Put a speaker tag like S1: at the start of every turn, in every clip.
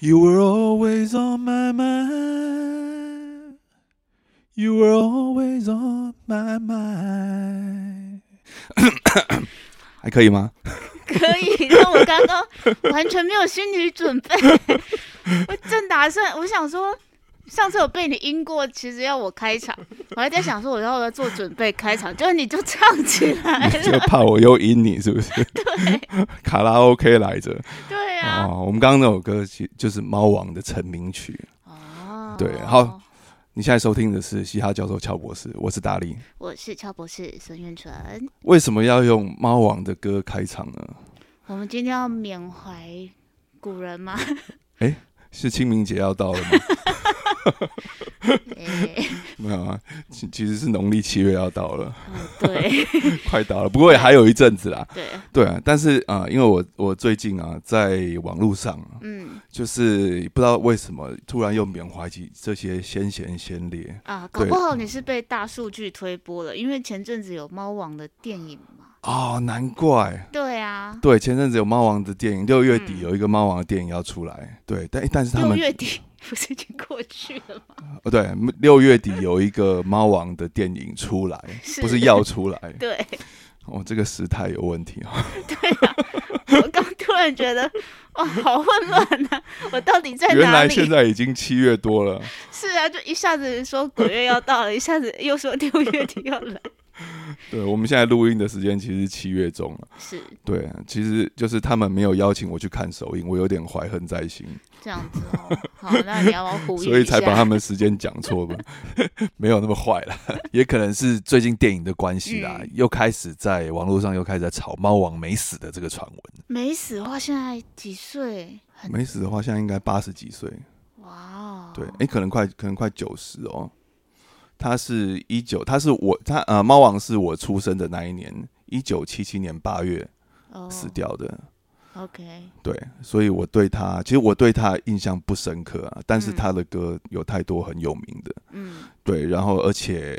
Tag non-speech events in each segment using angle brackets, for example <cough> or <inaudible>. S1: You were always on my mind. You were always on my mind. <coughs> 还可以吗？
S2: 可以，但我刚刚完全没有心理准备， <laughs> 我正打算，我想说，上次有被你阴过，其实要我开场，我还在想说我要不要做准备开场，结果你就唱起来
S1: 就 <laughs>
S2: 了，
S1: 怕我又阴你是不是？ <laughs> 卡拉 OK 来着
S2: 对啊，
S1: 哦，我们刚刚那首歌其就是猫王的成名曲。
S2: 哦，
S1: 对好，你现在收听的是嘻哈教授乔博士，我是达利。
S2: 我是乔博士孙元纯，
S1: 为什么要用猫王的歌开场呢？
S2: 我们今天要缅怀古人吗？
S1: 是清明节要到了吗？
S2: 诶
S1: 没有啊，其其实是农历七月要到了，
S2: 嗯对
S1: 快到了，不过也还有一阵子啦。
S2: 对，
S1: 对啊，但是啊、呃因为我我最近啊，在网络上啊
S2: 嗯
S1: 就是不知道为什么突然又缅怀起这些先贤先烈，
S2: 啊，搞
S1: 对
S2: 不好你是被大数据推播了，因为前阵子有猫王的电影嘛，
S1: 哦，难怪。
S2: 对啊，
S1: 对，前阵子有猫王的电影，六月底
S2: 嗯
S1: 有一个猫王的电影要出来。对，但但是他
S2: 六
S1: 们
S2: 月底 <laughs> 不是已经过去了吗？
S1: 哦，对，六月底有一个猫王的电影出来，
S2: 是
S1: 不是要出来。 <laughs>
S2: 对，
S1: 哦，这个时态有问题哦。
S2: 我刚突然觉得哇，好混乱啊！我到底 <laughs> 在
S1: 原
S2: 哪
S1: 来现
S2: 里？
S1: 在已经七月多了，
S2: 是啊，就一下子说鬼月要到了，一下子又说六月底要来，
S1: 对我们现在录音的时间其实是七月中了。
S2: <laughs> 是
S1: 对，其实就是他们没有邀请我去看首映，我有点怀恨在心，
S2: 这样子哦。好，那你要不要呼吁一下？
S1: 所以才把他们时间讲错
S2: <laughs>
S1: 吧，没有那么坏啦，也可能是最近电影的关系啦，
S2: 嗯
S1: 又开始在网络上又开始在吵猫王没死的这个传闻。
S2: <laughs> 没死的话，现在几岁？很
S1: 没死的话，现在应该八十几岁，
S2: 哇哦，
S1: 对，哎、可能快可能快九十哦。他是一九，他是我他呃，猫王是我出生的那一年，一九七七年八月
S2: 哦
S1: 死掉的。
S2: OK，
S1: 对，所以我对他，其实我对他印象不深刻啊，但是
S2: 嗯
S1: 他的歌有太多很有名的，
S2: 嗯，
S1: 对，然后而且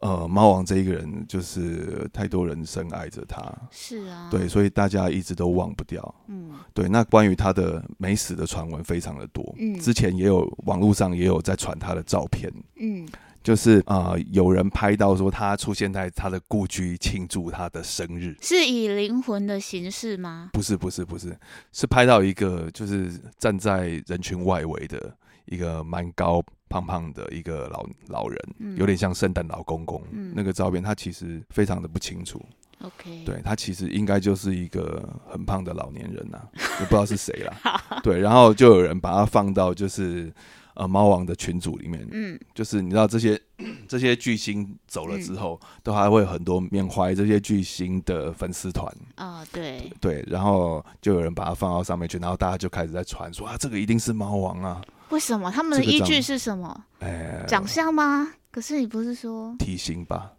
S1: 呃，猫王这一个人就是太多人深爱着他，
S2: 是啊，
S1: 对，，所以大家一直都忘不掉。
S2: 嗯
S1: 对，那关于他的没死的传闻非常的多，
S2: 嗯
S1: 之前也有网络上也有在传他的照片，
S2: 嗯，
S1: 就是呃，有人拍到说他出现在他的故居庆祝他的生日。
S2: 是以灵魂的形式吗？
S1: 不是不是不是，是拍到一个就是站在人群外围的一个蛮高胖胖的一个老老人，
S2: 嗯，
S1: 有点像圣诞老公公、
S2: 嗯
S1: 那个照片，他其实非常的不清楚，
S2: OK，，
S1: 对他其实应该就是一个很胖的老年人
S2: <laughs>
S1: 呐、也不知道是谁啦。对，然后就有人把他放到就是呃猫王的群组里面，
S2: 嗯
S1: 就是你知道这些 <coughs> 这些巨星走了之
S2: 嗯
S1: 后，都还会有很多缅怀这些巨星的粉丝团。
S2: 啊，对，
S1: 对，然后就有人把它放到上面去，然后大家就开始在传说啊，这个一定是猫王啊，
S2: 为什么他们的
S1: 这个
S2: 依
S1: 长
S2: 据是什么？
S1: 哎，，
S2: 长相吗？可是你不是说
S1: 体型吧。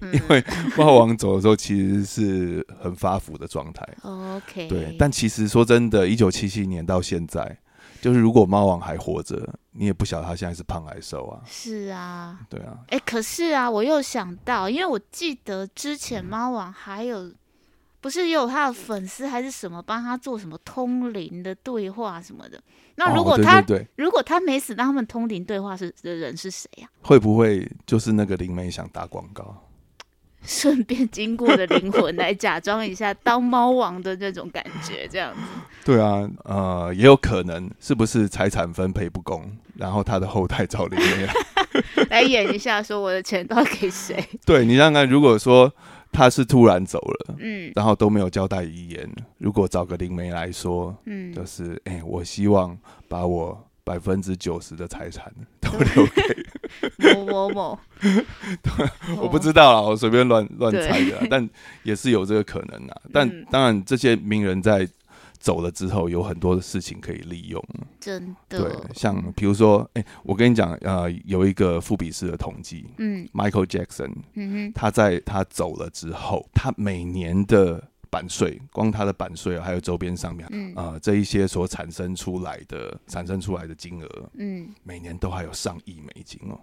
S2: 嗯、
S1: <laughs> 因为猫王走的时候其实是很发福的状态，
S2: 哦 OK，
S1: 对。但其实说真的，一九七七年到现在，就是如果猫王还活着，你也不晓得他现在是胖还是瘦啊，
S2: 是啊，
S1: 对啊。
S2: 哎，可是啊，我又想到，因为我记得之
S1: 嗯
S2: 前猫王还有。不是也有他的粉丝还是什么帮他做什么通灵的对话什么的？那如
S1: 哦
S2: 果
S1: 对
S2: 他、
S1: 对对，
S2: 如果他没死，那他们通灵对话是的人是谁啊呀、
S1: 会不会就是那个灵媒想打广告？
S2: <laughs> 顺便经过的灵魂来假装一下当猫王的那种感觉，这样子。
S1: 对啊，呃，也有可能是不是财产分配不公，然后他的后代找灵媒来
S2: 来演一下，说我的钱到底给
S1: <laughs>
S2: 谁？
S1: 对你想想看，如果说他是突然走了，
S2: 嗯
S1: 然后都没有交代遗言，如果找个灵媒来说，
S2: 嗯，
S1: 就是哎、我希望把我百分之九十的财产都留给，
S2: 某
S1: <laughs>
S2: 某某，哦
S1: 我不知道啦，啊我随便乱乱
S2: 对
S1: 猜的啦，但也是有这个可能啊。但、
S2: 嗯
S1: 当然，这些名人在走了之后，有很多的事情可以利用。
S2: 真
S1: 对
S2: 的，，
S1: 像比如说，哎、我跟你讲，呃，有一个富比士的统计
S2: 嗯
S1: ，Michael Jackson，
S2: 嗯哼，
S1: 他在他走了之后，他每年的版税，光他的版税啊，还有周边商品啊，
S2: 嗯
S1: 呃，这一些所产生出来的产生出来的金额，
S2: 嗯，
S1: 每年都还有上亿美金哦，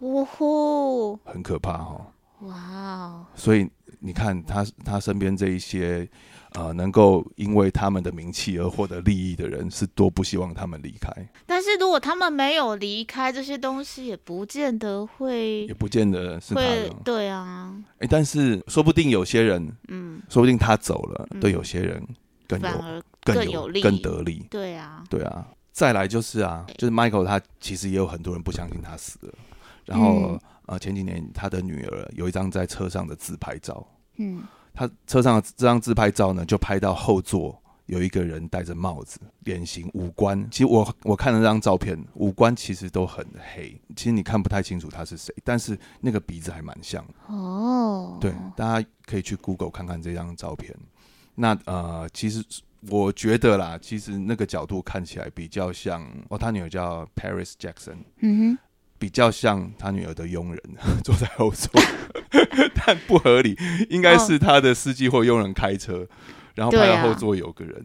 S2: 呜呼，
S1: 很可怕哦。
S2: 哇哦，
S1: 所以你看他他身边这一些呃能够因为他们的名气而获得利益的人，是多不希望他们离开，
S2: 但是如果他们没有离开，这些东西也不见得会
S1: 也不见得是他
S2: 会
S1: 的。
S2: 对啊，
S1: 哎，但是说不定有些人，
S2: 嗯，
S1: 说不定他走了，
S2: 嗯
S1: 对有些人更有
S2: 反而
S1: 更
S2: 更有利
S1: 更得利。
S2: 对啊，
S1: 对啊，再来就是啊，就是 Michael 他其实也有很多人不相信他死了，然后、
S2: 嗯
S1: 呃前几年他的女儿有一张在车上的自拍照，
S2: 嗯，
S1: 他车上的这张自拍照呢就拍到后座有一个人戴着帽子，脸型五官，其实我我看了那张照片，五官其实都很黑，其实你看不太清楚他是谁，但是那个鼻子还蛮像的。
S2: 哦，
S1: 对，大家可以去 Google 看看这张照片。那呃，其实我觉得啦，其实那个角度看起来比较像哦，他女儿叫 Paris Jackson，
S2: 嗯哼，
S1: 比较像他女儿的佣人 <laughs> 坐在后座， <laughs> 但不合理，应该是他的司机或佣人开车，然后
S2: 对
S1: 拍到
S2: 啊
S1: 后座有个人，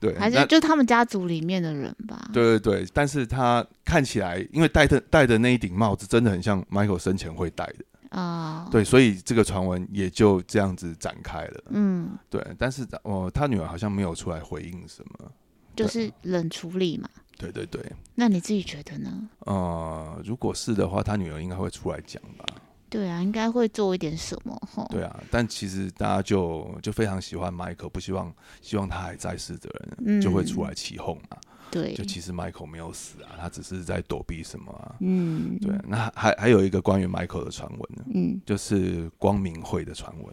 S1: 对，
S2: 还是
S1: 那
S2: 就他们家族里面的人吧，
S1: 对对对，但是他看起来，因为戴的戴的那一顶帽子真的很像 Michael 生前会戴的，
S2: 啊，，
S1: 对，所以这个传闻也就这样子展开了。
S2: 嗯，
S1: 对，但是哦，他女儿好像没有出来回应什么。
S2: 就
S1: 对
S2: 是冷处理嘛。
S1: 对对对，
S2: 那你自己觉得呢？
S1: 呃，如果是的话，他女儿应该会出来讲吧？
S2: 对啊，应该会做一点什么吼。
S1: 对啊，但其实大家就就非常喜欢 Michael，不希望希望他还在世的人
S2: 嗯
S1: 就会出来起哄嘛。
S2: 对，
S1: 就其实 Michael 没有死啊，他只是在躲避什么啊？
S2: 嗯，
S1: 对，，那还还有一个关于 Michael 的传闻呢，
S2: 嗯，
S1: 就是光明会的传闻。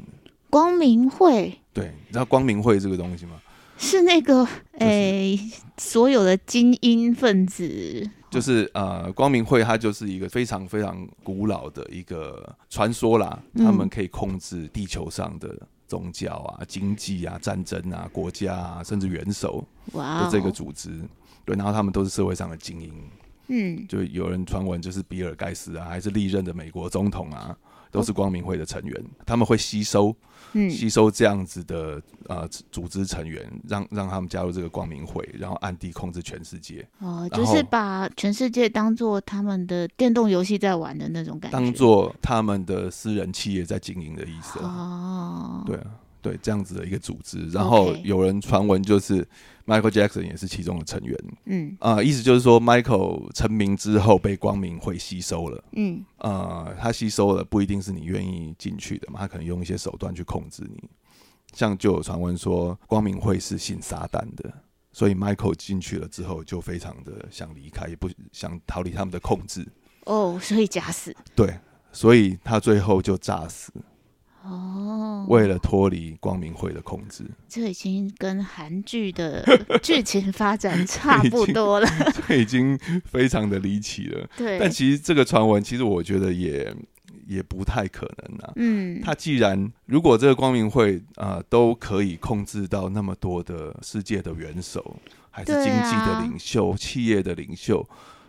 S2: 光明会
S1: 对，你知道光明会这个东西吗？
S2: 是那个
S1: 是
S2: 诶、所有的精英分子，
S1: 就是呃，光明会它就是一个非常非常古老的一个传说啦，
S2: 嗯
S1: 他们可以控制地球上的宗教啊、经济啊、战争啊、国家啊，甚至元首
S2: 哇、
S1: 的
S2: 哦，
S1: 这个组织。对，然后他们都是社会上的精英，
S2: 嗯，
S1: 就有人传闻就是比尔盖茨啊，还是历任的美国总统啊，都是光明会的成员，他们会吸收
S2: 嗯
S1: 吸收这样子的呃组织成员，让让他们加入这个光明会，然后暗地控制全世界。
S2: 哦，
S1: 然
S2: 就
S1: 后
S2: 是把全世界当做他们的电动游戏在玩的那种感觉，
S1: 当做他们的私人企业在经营的意思啊。
S2: 哦，
S1: 对啊，对这样子的一个组织。然后有人传闻就是 Michael Jackson 也是其中的成员
S2: 嗯
S1: 啊、呃意思就是说 Michael 成名之后被光明会吸收了。
S2: 嗯
S1: 呃，他吸收了不一定是你愿意进去的嘛，他可能用一些手段去控制你。像就有传闻说，光明会是信撒旦的，所以 Michael 进去了之后就非常的想离开，也不想逃离他们的控制。
S2: 哦，所以假死
S1: 对，所以他最后就诈死，
S2: 哦，
S1: 为了脱离光明会的控制， <laughs>
S2: 这已经跟韩剧的剧情发展差
S1: 已
S2: 不
S1: 经 <laughs>
S2: 多了，
S1: 这已经非常的离奇了。但
S2: 对，
S1: 其实这个传闻，其实我觉得也也不太可能啊。
S2: 嗯，
S1: 他既然如果这个光明会啊、呃都可以控制到那么多的世界的元首，还是
S2: 对
S1: 经济的
S2: 啊
S1: 领袖、企业的领袖，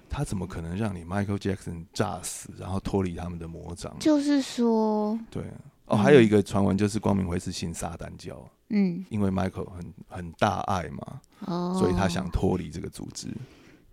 S1: 他怎么可能让你 Michael Jackson 炸死，然后脱离他们的魔掌？
S2: 就是嗯说，
S1: 对哦，还有一个传闻就是光明会是信撒旦教。
S2: 嗯，
S1: 因为 Michael 很很大爱嘛，
S2: 哦，
S1: 所以他想脱离这个组织。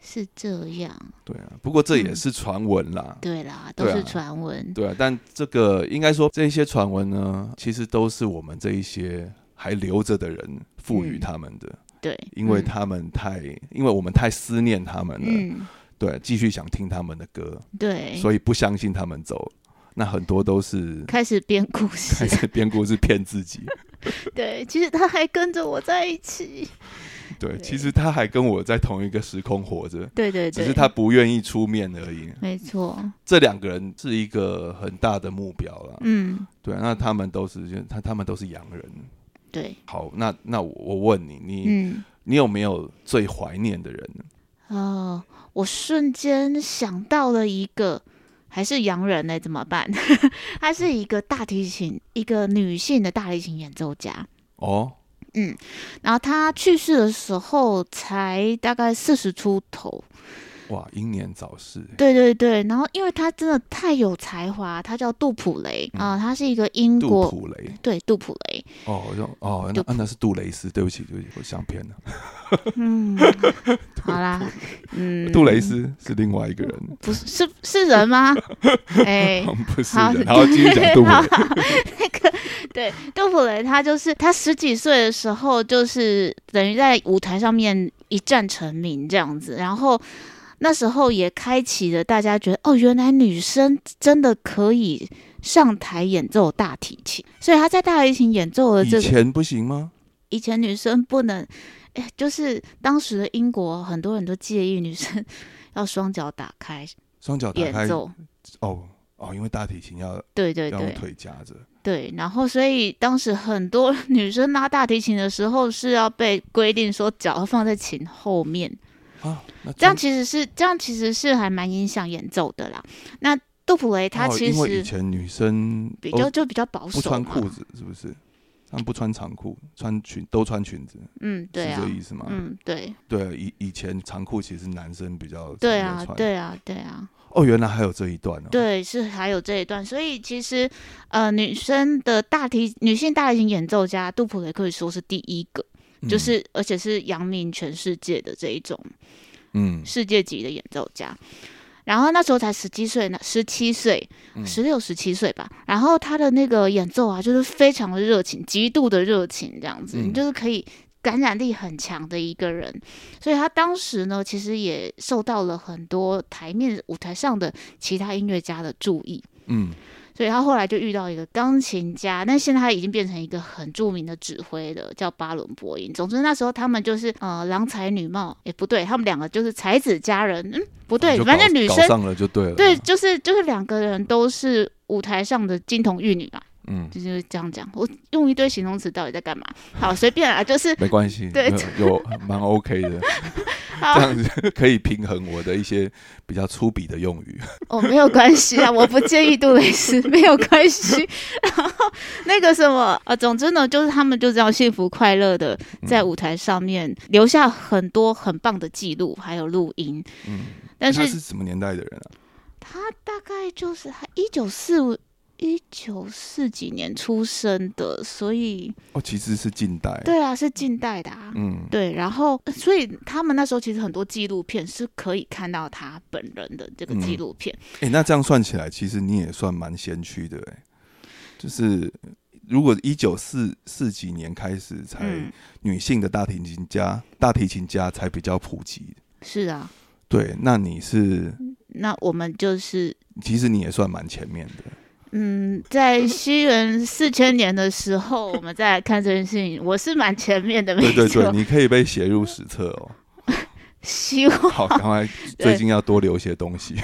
S2: 是这样，
S1: 对啊，不过这
S2: 嗯
S1: 也是传闻啦。
S2: 对啦，都
S1: 对啊
S2: 是传闻，
S1: 对啊，但这个应该说这些传闻呢，其实都是我们这一些还留着的人赋予他们的，
S2: 对，
S1: 因为
S2: 嗯
S1: 他们太，因为我们太思念他们了，
S2: 嗯，
S1: 对，啊继续想听他们的歌，
S2: 对，
S1: 所以不相信他们走。那很多都是
S2: 开始编故事
S1: 开，始编故事骗自己。
S2: <laughs> 对，其实他还跟着我在一起，
S1: 对，
S2: 对
S1: 其实他还跟我在同一个时空活着，
S2: 对对对，
S1: 只是他不愿意出面而已。
S2: 没错，
S1: 这两个人是一个很大的目标了。
S2: 嗯，
S1: 对，那他们都是他他们都是洋人。
S2: 对，
S1: 好，那那我我问你，你、
S2: 嗯，
S1: 你有没有最怀念的人呢？
S2: 哦，我瞬间想到了一个。还是洋人呢、怎么办？ <laughs> 他是一个大提琴，一个女性的大提琴演奏家。
S1: 哦，
S2: 然后他去世的时候才大概四十出头，
S1: 哇，英年早逝，欸
S2: 对对对，然后因为他真的太有才华，他叫杜普雷啊、他是一个英
S1: 嗯杜
S2: 国
S1: 普雷
S2: 对杜普雷，
S1: 哦，我就哦，那
S2: 杜
S1: 啊那是杜蕾斯，对不起，对不起，我想偏了，
S2: 嗯， <laughs> 好啦，嗯，
S1: 杜蕾斯是另外一个人，
S2: 不是是是人
S1: <laughs>
S2: 吗？哎、
S1: 好像不是
S2: 好
S1: 人，
S2: <laughs>
S1: 然后继续讲杜普
S2: 好
S1: 雷，
S2: 对，杜普雷他就是他十几岁的时候，就是等于在舞台上面一战成名这样子，然后那时候也开启了大家觉得哦，原来女生真的可以上台演奏大提琴，所以他在大提琴演奏了这
S1: 以
S2: 个
S1: 前不行吗？
S2: 以前女生不能，哎，就是当时的英国很多人都介意女生要双脚打开
S1: 双脚打
S2: 演
S1: 开
S2: 奏，
S1: 哦哦，因为大提琴要
S2: 对对
S1: 要用
S2: 对
S1: 腿夹着，
S2: 对，然后所以当时很多女生拉大提琴的时候是要被规定说脚要放在琴后面，
S1: 啊，那
S2: 这样
S1: 真
S2: 其实是这样其实是还蛮影响演奏的啦。那杜普雷他
S1: 哦
S2: 其
S1: 因为以
S2: 实
S1: 前女生
S2: 比
S1: 都
S2: 较就比较保
S1: 不
S2: 守
S1: 穿
S2: 嘛
S1: 裤子，是不是？他们不穿长裤，穿裙都穿裙子，
S2: 嗯，对
S1: 是
S2: 啊
S1: 这，意思吗？
S2: 嗯，对，
S1: 对，啊以以前长裤其实男生比较常
S2: 对
S1: 在
S2: 啊，
S1: 穿。
S2: 对啊，对啊。
S1: 哦，原来还有这一段哦。，
S2: 对，是还有这一段，所以其实呃，女生的大提女性大提琴演奏家杜普雷可以说是第一个，就、是而且是扬名全世界的这一种
S1: 嗯，
S2: 世界级的演奏家。然后那时候才十七岁呢，十七岁，
S1: 嗯
S2: 十六十七岁吧。然后他的那个演奏啊，就是非常的热情，极度的热情，这样子，
S1: 嗯
S2: 你就是可以感染力很强的一个人。所以他当时呢，其实也受到了很多台面舞台上的其他音乐家的注意。
S1: 嗯
S2: 所以他后来就遇到一个钢琴家，但现在他已经变成一个很著名的指挥了，叫巴伦博因。总之那时候他们就是呃郎才女貌，也不对，他们两个就是才子佳人，嗯，不对，
S1: 就
S2: 反正
S1: 搞
S2: 女
S1: 搞
S2: 生
S1: 上了就对了。
S2: 对，，就是就是两个人都是舞台上的金童玉女嘛，
S1: 嗯，
S2: 就是这样讲。我用一堆形容词到底在干嘛？好，随便啊，就是
S1: 没关系，
S2: 对
S1: 没有有蛮 OK 的，这
S2: <laughs> 好
S1: 样子可以平衡我的一些比较粗鄙的用语。
S2: 哦，没有关系啊，我不介意杜
S1: <laughs>
S2: 蕾斯，没有关系。 <laughs> 然后那个什么，呃，总之呢，就是他们就这样幸福快乐的
S1: 嗯
S2: 在舞台上面留下很多很棒的记录，还有录音。
S1: 嗯，
S2: 但
S1: 他
S2: 是
S1: 是什么年代的人啊？
S2: 他大概就是他一九四五。一九四几年出生的，所以
S1: 哦，其实是近代。，
S2: 对啊，是近代的啊。
S1: 嗯，
S2: 对，然后所以他们那时候其实很多纪录片是可以看到他本人的这个纪
S1: 嗯
S2: 录片。
S1: 哎、那这样算起来，其实你也算蛮先驱的、欸，就是如果一九四四几年开始才、
S2: 嗯
S1: 女性的大提琴家，大提琴家才比较普及。
S2: 是啊，
S1: 对，那你是
S2: 那我们就是
S1: 其实你也算蛮前面的。
S2: 嗯，在西元四千年的时候，我们再来看这件事情，我是蛮前面的，没
S1: 对
S2: 错。
S1: 对对，你可以被写入史册
S2: <laughs>
S1: 哦。
S2: 希望
S1: 好，赶快最近要多留些东西。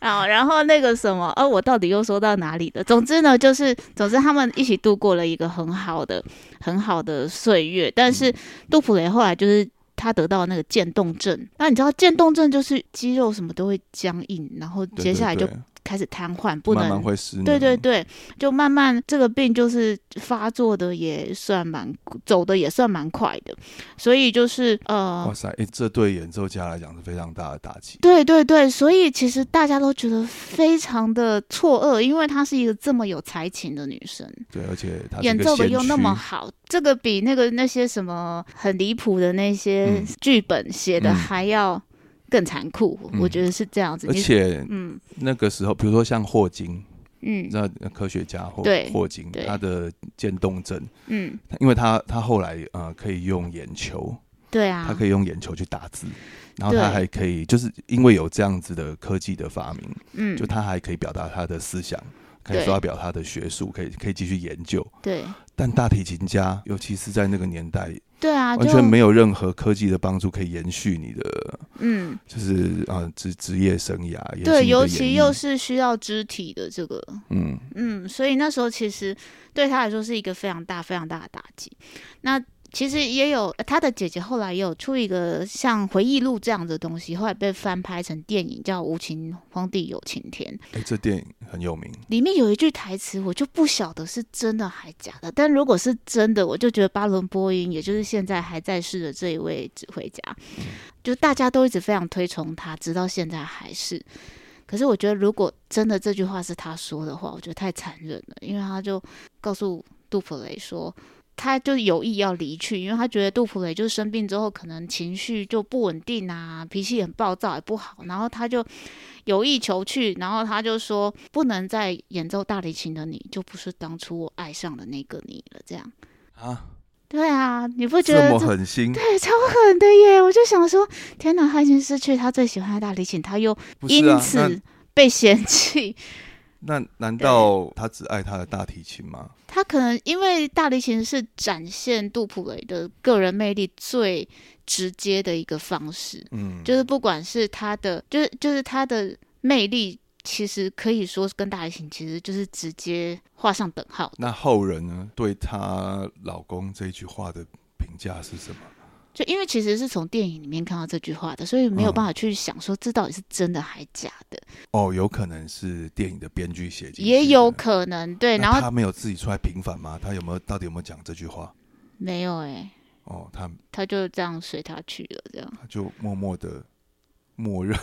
S2: 啊，然后那个什么，呃、我到底又说到哪里了？总之呢，就是总之他们一起度过了一个很好的、很好的岁月。但是
S1: 嗯
S2: 杜普雷后来就是他得到那个渐冻症，那你知道渐冻症就是肌肉什么都会僵硬，然后
S1: 对
S2: 接下来
S1: 对
S2: 就
S1: 对
S2: 开始瘫痪，不能
S1: 慢慢会失能。
S2: 对对对，就慢慢这个病就是发作的也算蛮走的也算蛮快的，所以就是呃
S1: 哇，塞，哎、这对演奏家来讲是非常大的打击。
S2: 对对对，所以其实大家都觉得非常的错愕，因为她是一个这么有才情的女生，
S1: 对，而且他
S2: 演奏的又那么
S1: 好，
S2: 好，这个比那个那些什么很离谱的那些
S1: 嗯
S2: 剧本写的
S1: 嗯
S2: 还要更残酷，我
S1: 嗯
S2: 觉得是这样子。
S1: 而
S2: 你
S1: 且
S2: 嗯
S1: 那个时候，比如说像霍金，
S2: 嗯
S1: 那科学家霍
S2: 对
S1: 霍金
S2: 对
S1: 他的渐冻症，
S2: 嗯，
S1: 他因为他他后来呃可以用眼球，
S2: 对
S1: 他
S2: 啊
S1: 可，以用眼球去打字，然后
S2: 对
S1: 他还可以就是因为有这样子的科技的发明，
S2: 嗯
S1: 就，他还可以表达他的思想，可以
S2: 对
S1: 发表他的学术，可以可以继续研究。
S2: 对
S1: 但大提琴家，尤其是在那个年代，
S2: 对啊，
S1: 完
S2: 就
S1: 全没有任何科技的帮助可以延续你的
S2: 嗯。
S1: 就是呃职职业生涯，延续
S2: 对，
S1: 你的
S2: 尤
S1: 演
S2: 其
S1: 艺
S2: 又是需要肢体的这个，
S1: 嗯
S2: 嗯，所以那时候其实对他来说是一个非常大、非常大的打击。那其实也有呃他的姐姐后来也有出一个像回忆录这样的东西，后来被翻拍成电影叫《无情荒地有晴天》，
S1: 哎、这电影很有名，
S2: 里面有一句台词，我就不晓得是真的还假的。但如果是真的，我就觉得巴伦波音，也就是现在还在世的这一位指挥家，就大家都一直非常推崇他，直到现在还是。可是我觉得，如果真的这句话是他说的话，我觉得太残忍了，因为他就告诉杜普雷说，他就有意要离去，因为他觉得杜普雷就生病之后，可能情绪就不稳定啊，脾气很暴躁也不好，然后他就有意求去，然后他就说不能再演奏大提琴的你，就不是当初我爱上的那个你了。这样，
S1: 啊，
S2: 对啊，你不觉
S1: 这
S2: 得
S1: 么
S2: 这
S1: 狠心，
S2: 对超狠的耶？我就想说，天哪，他已经失去他最喜欢的大提琴，他又
S1: 不
S2: 因
S1: 是啊？
S2: 此被嫌弃。
S1: 那那难道他只爱他的大提琴吗？
S2: 他可能因为大提琴是展现杜普雷的个人魅力最直接的一个方式，
S1: 嗯，
S2: 就是不管是他的，就是就是他的魅力，其实可以说是跟大提琴其实就是直接画上等号。
S1: 那后人呢，对她老公这句话的评价是什么？
S2: 就因为其实是从电影里面看到这句话的，所以
S1: 嗯
S2: 没有办法去想说这到底是真的还假的，
S1: 哦，有可能是电影的编剧写进去的，
S2: 也有可能对。
S1: 那
S2: 然后
S1: 他没有自己出来平反吗？他有没有到底有没有讲这句话？
S2: 没有哎、
S1: 哦，他
S2: 他就这样随他去了，这样
S1: 他就默默的默认。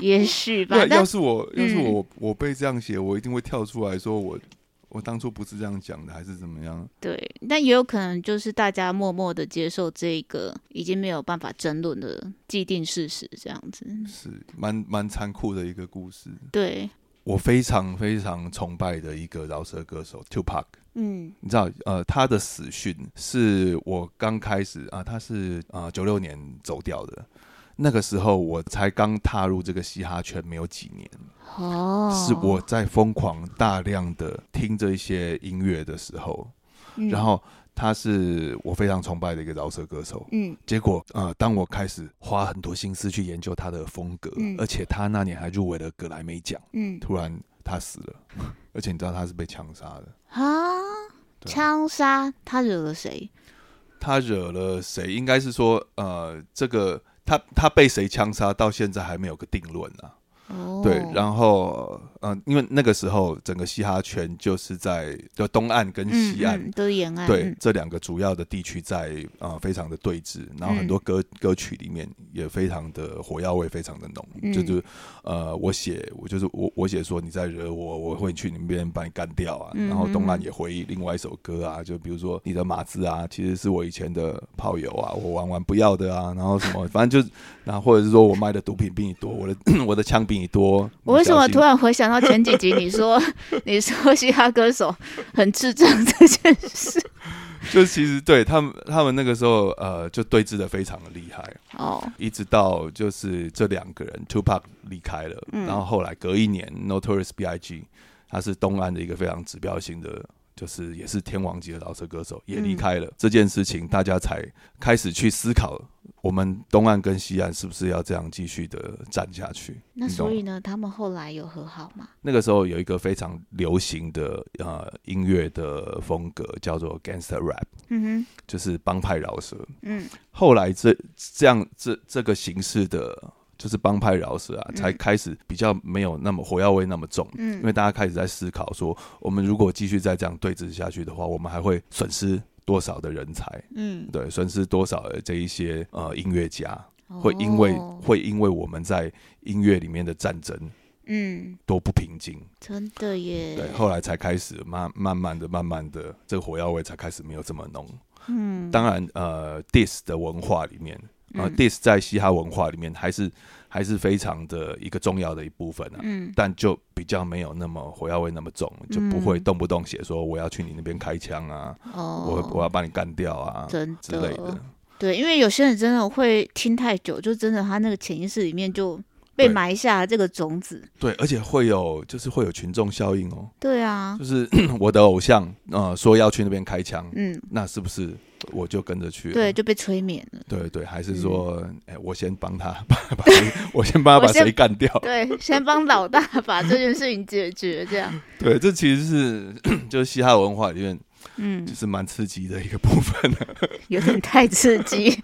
S2: 也许吧
S1: 对，。
S2: 但
S1: 要是我，要是
S2: 嗯
S1: 我，我被这样写，我一定会跳出来说我。我当初不是这样讲的，还是怎么样？
S2: 对，但也有可能就是大家默默的接受这个已经没有办法争论的既定事实，这样子。
S1: 是蛮蛮残酷的一个故事。
S2: 对，
S1: 我非常非常崇拜的一个饶舌歌手 Tupac，
S2: 嗯
S1: 你知道，呃，他的死讯是我刚开始啊、他是啊九六年走掉的。那个时候我才刚踏入这个嘻哈圈没有几年，
S2: 哦，
S1: 是我在疯狂大量的听这一些音乐的时候，
S2: 嗯，
S1: 然后他是我非常崇拜的一个饶舌歌手。
S2: 嗯
S1: 结果，呃，当我开始花很多心思去研究他的风格，
S2: 嗯
S1: 而且他那年还入围了格莱美奖，
S2: 嗯
S1: 突然他死了， <laughs> 而且你知道他是被枪杀的，
S2: 啊，
S1: 对
S2: 枪杀他惹了谁？
S1: 他惹了谁？应该是说，呃，这个他他被谁枪杀，到现在还没有个定论啊。
S2: 哦，
S1: 对，然后，呃，因为那个时候整个嘻哈圈就是在就东岸跟
S2: 嗯
S1: 西岸。
S2: 嗯都是沿岸，
S1: 对
S2: 嗯，
S1: 这两个主要的地区在啊、呃非常的对峙，然后很
S2: 嗯
S1: 多歌、歌曲里面也非常的火药味非常的浓，
S2: 嗯
S1: 就是呃我写我就是我我写说你在惹我，我会去你那边把你干掉啊。
S2: 嗯
S1: 然后东
S2: 嗯
S1: 岸
S2: 嗯
S1: 也回忆另外一首歌啊，就比如说你的马子啊，其实是我以前的炮友啊，我玩完不要的啊，然后什么
S2: <laughs>
S1: 反正就然后或者是说我卖的毒品比你多，我的 <coughs> 我的枪比你多。
S2: 我为什
S1: 你
S2: 么
S1: 小心
S2: 突然回想到前几集
S1: <laughs>
S2: 你说你说嘻哈歌手很智障这件
S1: <laughs>
S2: 事？
S1: 就其实对他们他们那个时候呃就对峙的非常的厉害。
S2: 哦，
S1: 一直到就是这两个人 Tupac 离开了，
S2: 嗯
S1: 然后后来隔一年 Notorious B.I.G. 他是东岸的一个非常指标性的，就是也是天王级的饶舌歌手，
S2: 嗯
S1: 也离开了、这件事情，大家才开始去思考，我们东岸跟西岸是不是要这样继续的站下去？
S2: 那
S1: 你懂
S2: 所以
S1: 吗
S2: 呢，他们后来有和好吗？
S1: 那个时候有一个非常流行的呃音乐的风格叫做 Gangster Rap，
S2: 嗯
S1: 就是帮派饶舌。
S2: 哼，嗯
S1: 后来这这样这这个形式的，就是帮派饶舌啊，
S2: 嗯
S1: 才开始比较没有那么火药味那么重，
S2: 嗯，
S1: 因为大家开始在思考说，我们如果继续再这样对峙下去的话，我们还会损失多少的人才？
S2: 嗯，
S1: 对，损失多少的这一些呃音乐家，会因为、
S2: 哦
S1: 会因为我们在音乐里面的战争
S2: 嗯，
S1: 多不平静，
S2: 真的耶。
S1: 对，后来才开始慢慢慢的、慢慢的，这个火药味才开始没有这么浓。
S2: 嗯，
S1: 当然，呃，dis 的文化里面，啊、
S2: 嗯
S1: d i s 在嘻哈文化里面还是还是非常的一个重要的一部分啊，
S2: 嗯
S1: 但就比较没有那么火药味那么重，就不会动不动写说我要去你那边开枪啊，
S2: 嗯哦，
S1: 我我要把你干掉啊
S2: 真
S1: 之类的。
S2: 对，因为有些人真的会听太久，就真的他那个潜意识里面就被
S1: 对
S2: 埋下了这个种子。
S1: 对，而且会有就是会有群众效应哦，
S2: 对啊
S1: 就，是 <coughs> 我的偶像呃说要去那边开枪，
S2: 嗯，
S1: 那是不是我就跟着去了？
S2: 对，就被催眠
S1: <laughs>
S2: 了。
S1: 对对，还是说，哎、我先帮他 <laughs> 把把谁，我先帮他把
S2: 嗯我先
S1: 谁干掉？
S2: 对，先帮老大把这件事情解决，这样。
S1: 对，这其实是就是嘻哈文化里面
S2: <laughs> 嗯
S1: 就，是蛮刺激的一个部分、 <laughs> 啊。
S2: 有点太刺激，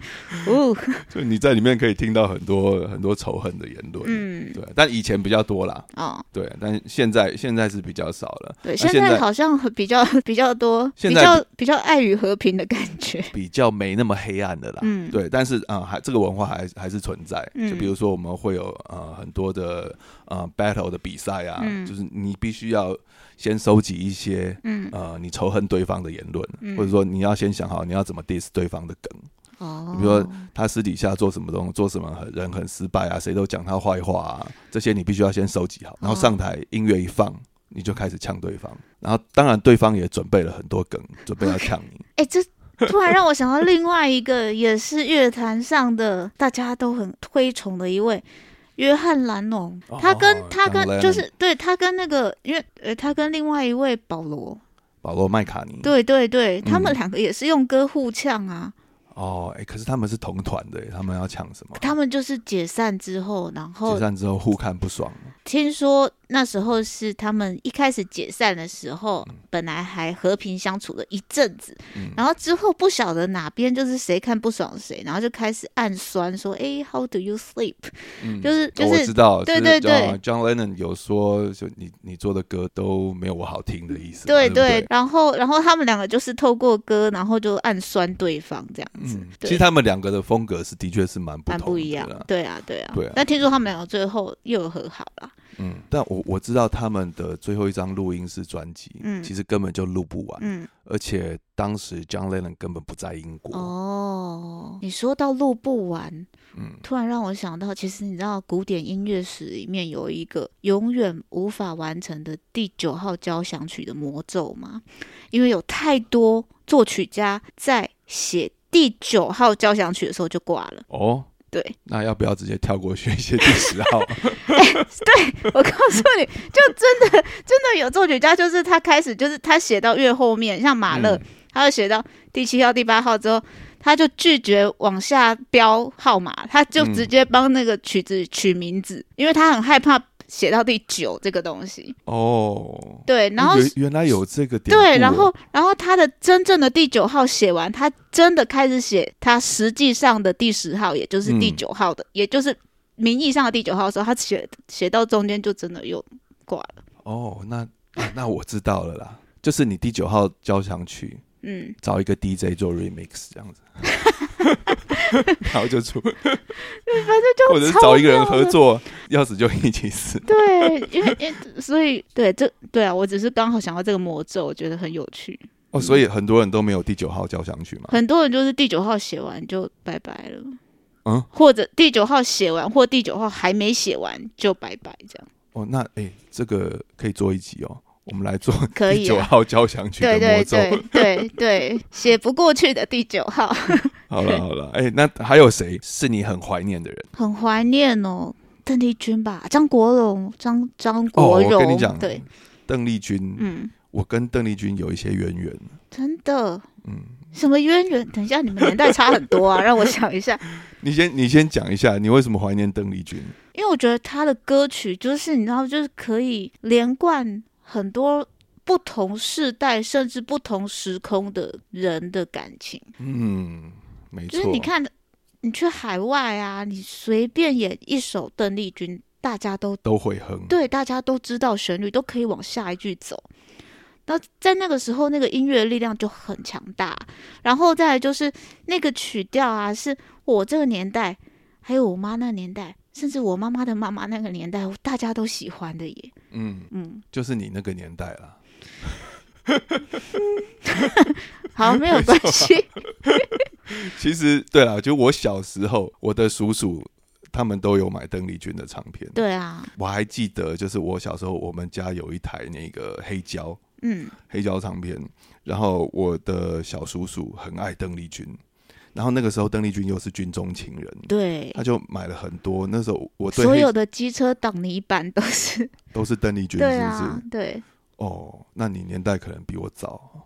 S2: 哦，
S1: 就你在里面可以听到很多很多仇恨的言论，
S2: 嗯，
S1: 对，但以前比较多啦，
S2: 哦，
S1: 对，但现在现在是比较少了，
S2: 对，
S1: 那
S2: 现
S1: 现
S2: 在
S1: 在
S2: 好像很比较比较多，
S1: 现
S2: 比
S1: 在
S2: 较比较爱与和平的感觉，
S1: 比较没那么黑暗的啦，
S2: 嗯
S1: 对，但是啊，呃还、这个文化还还是存在，
S2: 嗯
S1: 就比如说我们会有呃很多的呃 battle 的比赛啊，
S2: 嗯
S1: 就是你必须要先收集一些
S2: 嗯，
S1: 呃你仇恨对方的言论，
S2: 嗯
S1: 或者说你要先想好你要怎么 diss 对方的梗，
S2: 哦，
S1: 比如说他私底下做什么东做什么很人很失败啊，谁都讲他坏话啊，这些你必须要先收集好，然后上台音乐一放，你就开始呛对方，然后当然对方也准备了很多梗，准备要呛你。
S2: <laughs> 哎、这突然让我想到另外一个，也是乐坛上的大家都很推崇的一位。约翰·兰农
S1: 哦，
S2: 他跟、他
S1: John
S2: 跟
S1: Lennon
S2: 就是对他跟那个，因为呃，他跟另外一位保罗，
S1: 保罗麦卡尼，
S2: 对对对，他们
S1: 嗯
S2: 两个也是用歌互呛啊。
S1: 哦，哎、可是他们是同团的耶，他们要抢什么？
S2: 他们就是解散之后，然后
S1: 解散之后互看不爽，
S2: 听说那时候是他们一开始解散的时候，本来还和平相处了一阵子，
S1: 嗯
S2: 然后之后不晓得哪边就是谁看不爽谁，然后就开始暗酸说：“哎、h o w do you sleep？”
S1: 嗯，
S2: 就是就
S1: 哦我
S2: 是
S1: 知道，
S2: 对
S1: 就是
S2: 对对
S1: 呃，John Lennon 有说，就你你做的歌都没有我好听的意思嘛，对
S2: 对
S1: 不
S2: 对，
S1: 嗯对，
S2: 然后然后他们两个就是透过歌，然后就暗酸对方这样子，
S1: 嗯，
S2: 对
S1: 其实他们两个的风格是的确是蛮不
S2: 蛮
S1: 同
S2: 不一
S1: 的
S2: 样
S1: 啦，，
S2: 对啊对啊。
S1: 对啊
S2: 但听说他们两个最后又有和好了，
S1: 嗯，但我我知道他们的最后一张录音室专辑，
S2: 嗯
S1: 其实根本就录不完，
S2: 嗯，
S1: 而且当时 John Lennon 根本不在英国，
S2: 哦，你说到录不完，
S1: 嗯，
S2: 突然让我想到，其实你知道古典音乐史里面有一个永远无法完成的第九号交响曲的魔咒吗？因为有太多作曲家在写第九号交响曲的时候就挂了。
S1: 哦，
S2: 对，
S1: 那要不要直接跳过去一些第十
S2: <laughs>
S1: 号？
S2: 我告诉你，就真的真的有作曲家，就是他开始就是他写到越后面，像马勒，
S1: 嗯
S2: 他就写到第七号、第八号之后，他就拒绝往下标号码，他就
S1: 嗯
S2: 直接帮那个曲子取名字，因为他很害怕写到第九这个东西。
S1: 哦，
S2: 对，然后
S1: 原原来有这个典故哦，
S2: 对，然后然后他的真正的第九号写完，他真的开始写他实际上的第十号，也就是第
S1: 嗯
S2: 九号的，也就是名义上的第九号的时候，他写写到中间就真的又挂了。
S1: 哦，那、啊那我知道了啦，就是你第九号交响曲
S2: 嗯，
S1: 找一个 DJ 做 remix 这样
S2: <laughs>
S1: 子，然后就出，或者是找一个人合作，要死就一起死。
S2: 嗯对，因为因为所以对这对啊，我只是刚好想到这个魔咒，我觉得很有趣。
S1: 哦，所以很多人都没有第九号交响曲嘛。
S2: 很多人就是第九号写完就拜拜了，
S1: 嗯，
S2: 或者第九号写完或第九号还没写完就拜拜这样。
S1: 哦，那诶，这个可以做一集哦，我们来做
S2: 可
S1: 第
S2: 以
S1: 九
S2: 啊
S1: 号交响曲的
S2: 对
S1: 魔
S2: 对
S1: 咒。
S2: 对对对，写不过去的第九号，
S1: 好了好了，诶，那还有谁是你很怀念的人？
S2: 很怀念哦。邓丽君吧，张国荣，张张国荣，
S1: 哦我跟你讲
S2: 对，
S1: 邓丽君，
S2: 嗯，
S1: 我跟邓丽君有一些渊源。
S2: 真的，
S1: 嗯，
S2: 什么渊源？等一下，你们年代差很多啊，让我想一下。
S1: 你先你先讲一下，你为什么怀念邓丽君？
S2: 因为我觉得他的歌曲就是你知道，就是可以连贯很多不同世代甚至不同时空的人的感情。
S1: 嗯，没
S2: 就
S1: 错。
S2: 是你看，你去海外啊，你随便演一首邓丽君，大家都
S1: 都会哼。
S2: 对，大家都知道旋律，都可以往下一句走。那在那个时候，那个音乐力量就很强大。然后再来就是那个曲调啊，是我这个年代，还有我妈那个年代，甚至我妈妈的妈妈那个年代，大家都喜欢的耶。
S1: 嗯，
S2: 嗯，
S1: 就是你那个年代啦。
S2: 好，没有关系。 <laughs>
S1: 其实对啦，就我小时候，我的叔叔他们都有买邓丽君的唱片。
S2: 对啊，
S1: 我还记得，就是我小时候，我们家有一台那个黑胶
S2: 嗯，
S1: 黑胶唱片，然后我的小叔叔很爱邓丽君，然后那个时候邓丽君又是军中情人，
S2: 对，
S1: 他就买了很多。那时候啊我对
S2: 所
S1: 黑
S2: 有的机车挡泥板都是，
S1: 都是邓丽君，是不
S2: 对
S1: 是？
S2: 啊，对，
S1: 哦，那你年代可能比我早，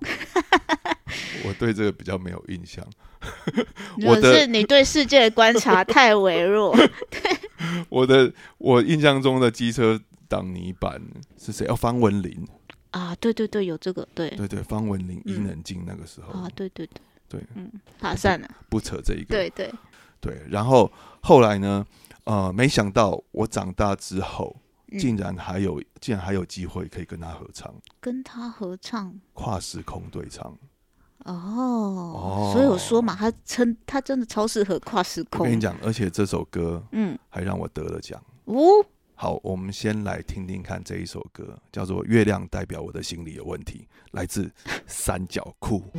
S2: <laughs>
S1: 我对这个比较没有印象。我
S2: 可
S1: 的
S2: 是你对世界的观察太微弱。 <laughs>
S1: 我的我印象中的机车挡泥板是谁？哦，方文琳。
S2: 啊，对对对，有这个，对
S1: 对对，方文琳、伊
S2: 嗯
S1: 能静那个时候，
S2: 啊，对对对，
S1: 对，
S2: 嗯，好，算了，
S1: 不扯这一个，
S2: 对对，
S1: 对。然后后来呢，呃，没想到我长大之后，
S2: 嗯
S1: 竟然还有竟然还有机会可以跟他合唱，
S2: 跟他合唱
S1: 跨时空对唱。
S2: 哦，所以我说嘛，他称他真的超适合跨时
S1: 我跟你
S2: 空，
S1: 讲，而且这首歌
S2: 嗯，
S1: 还让我得了奖。
S2: 哦，
S1: 好，我们先来听听看这一首歌，叫做《月亮代表我的心里有问题》，来自三角裤。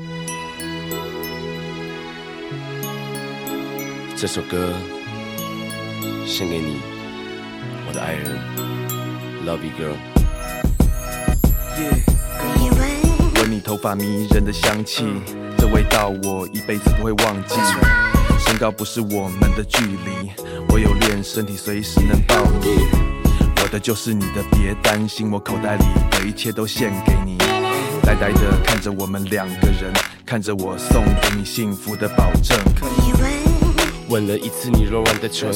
S3: 这首歌献给你，我的爱人，Love you girl。
S1: 闻你头发迷人的香气，这味道我一辈子不会忘记。身高不是我们的距离，我有练身体，随时能抱你。我的就是你的，别担心，我口袋里的一切都献给你。呆呆的看着我们两个人，看着我送给你幸福的保证。
S3: 吻了一次你柔软的唇，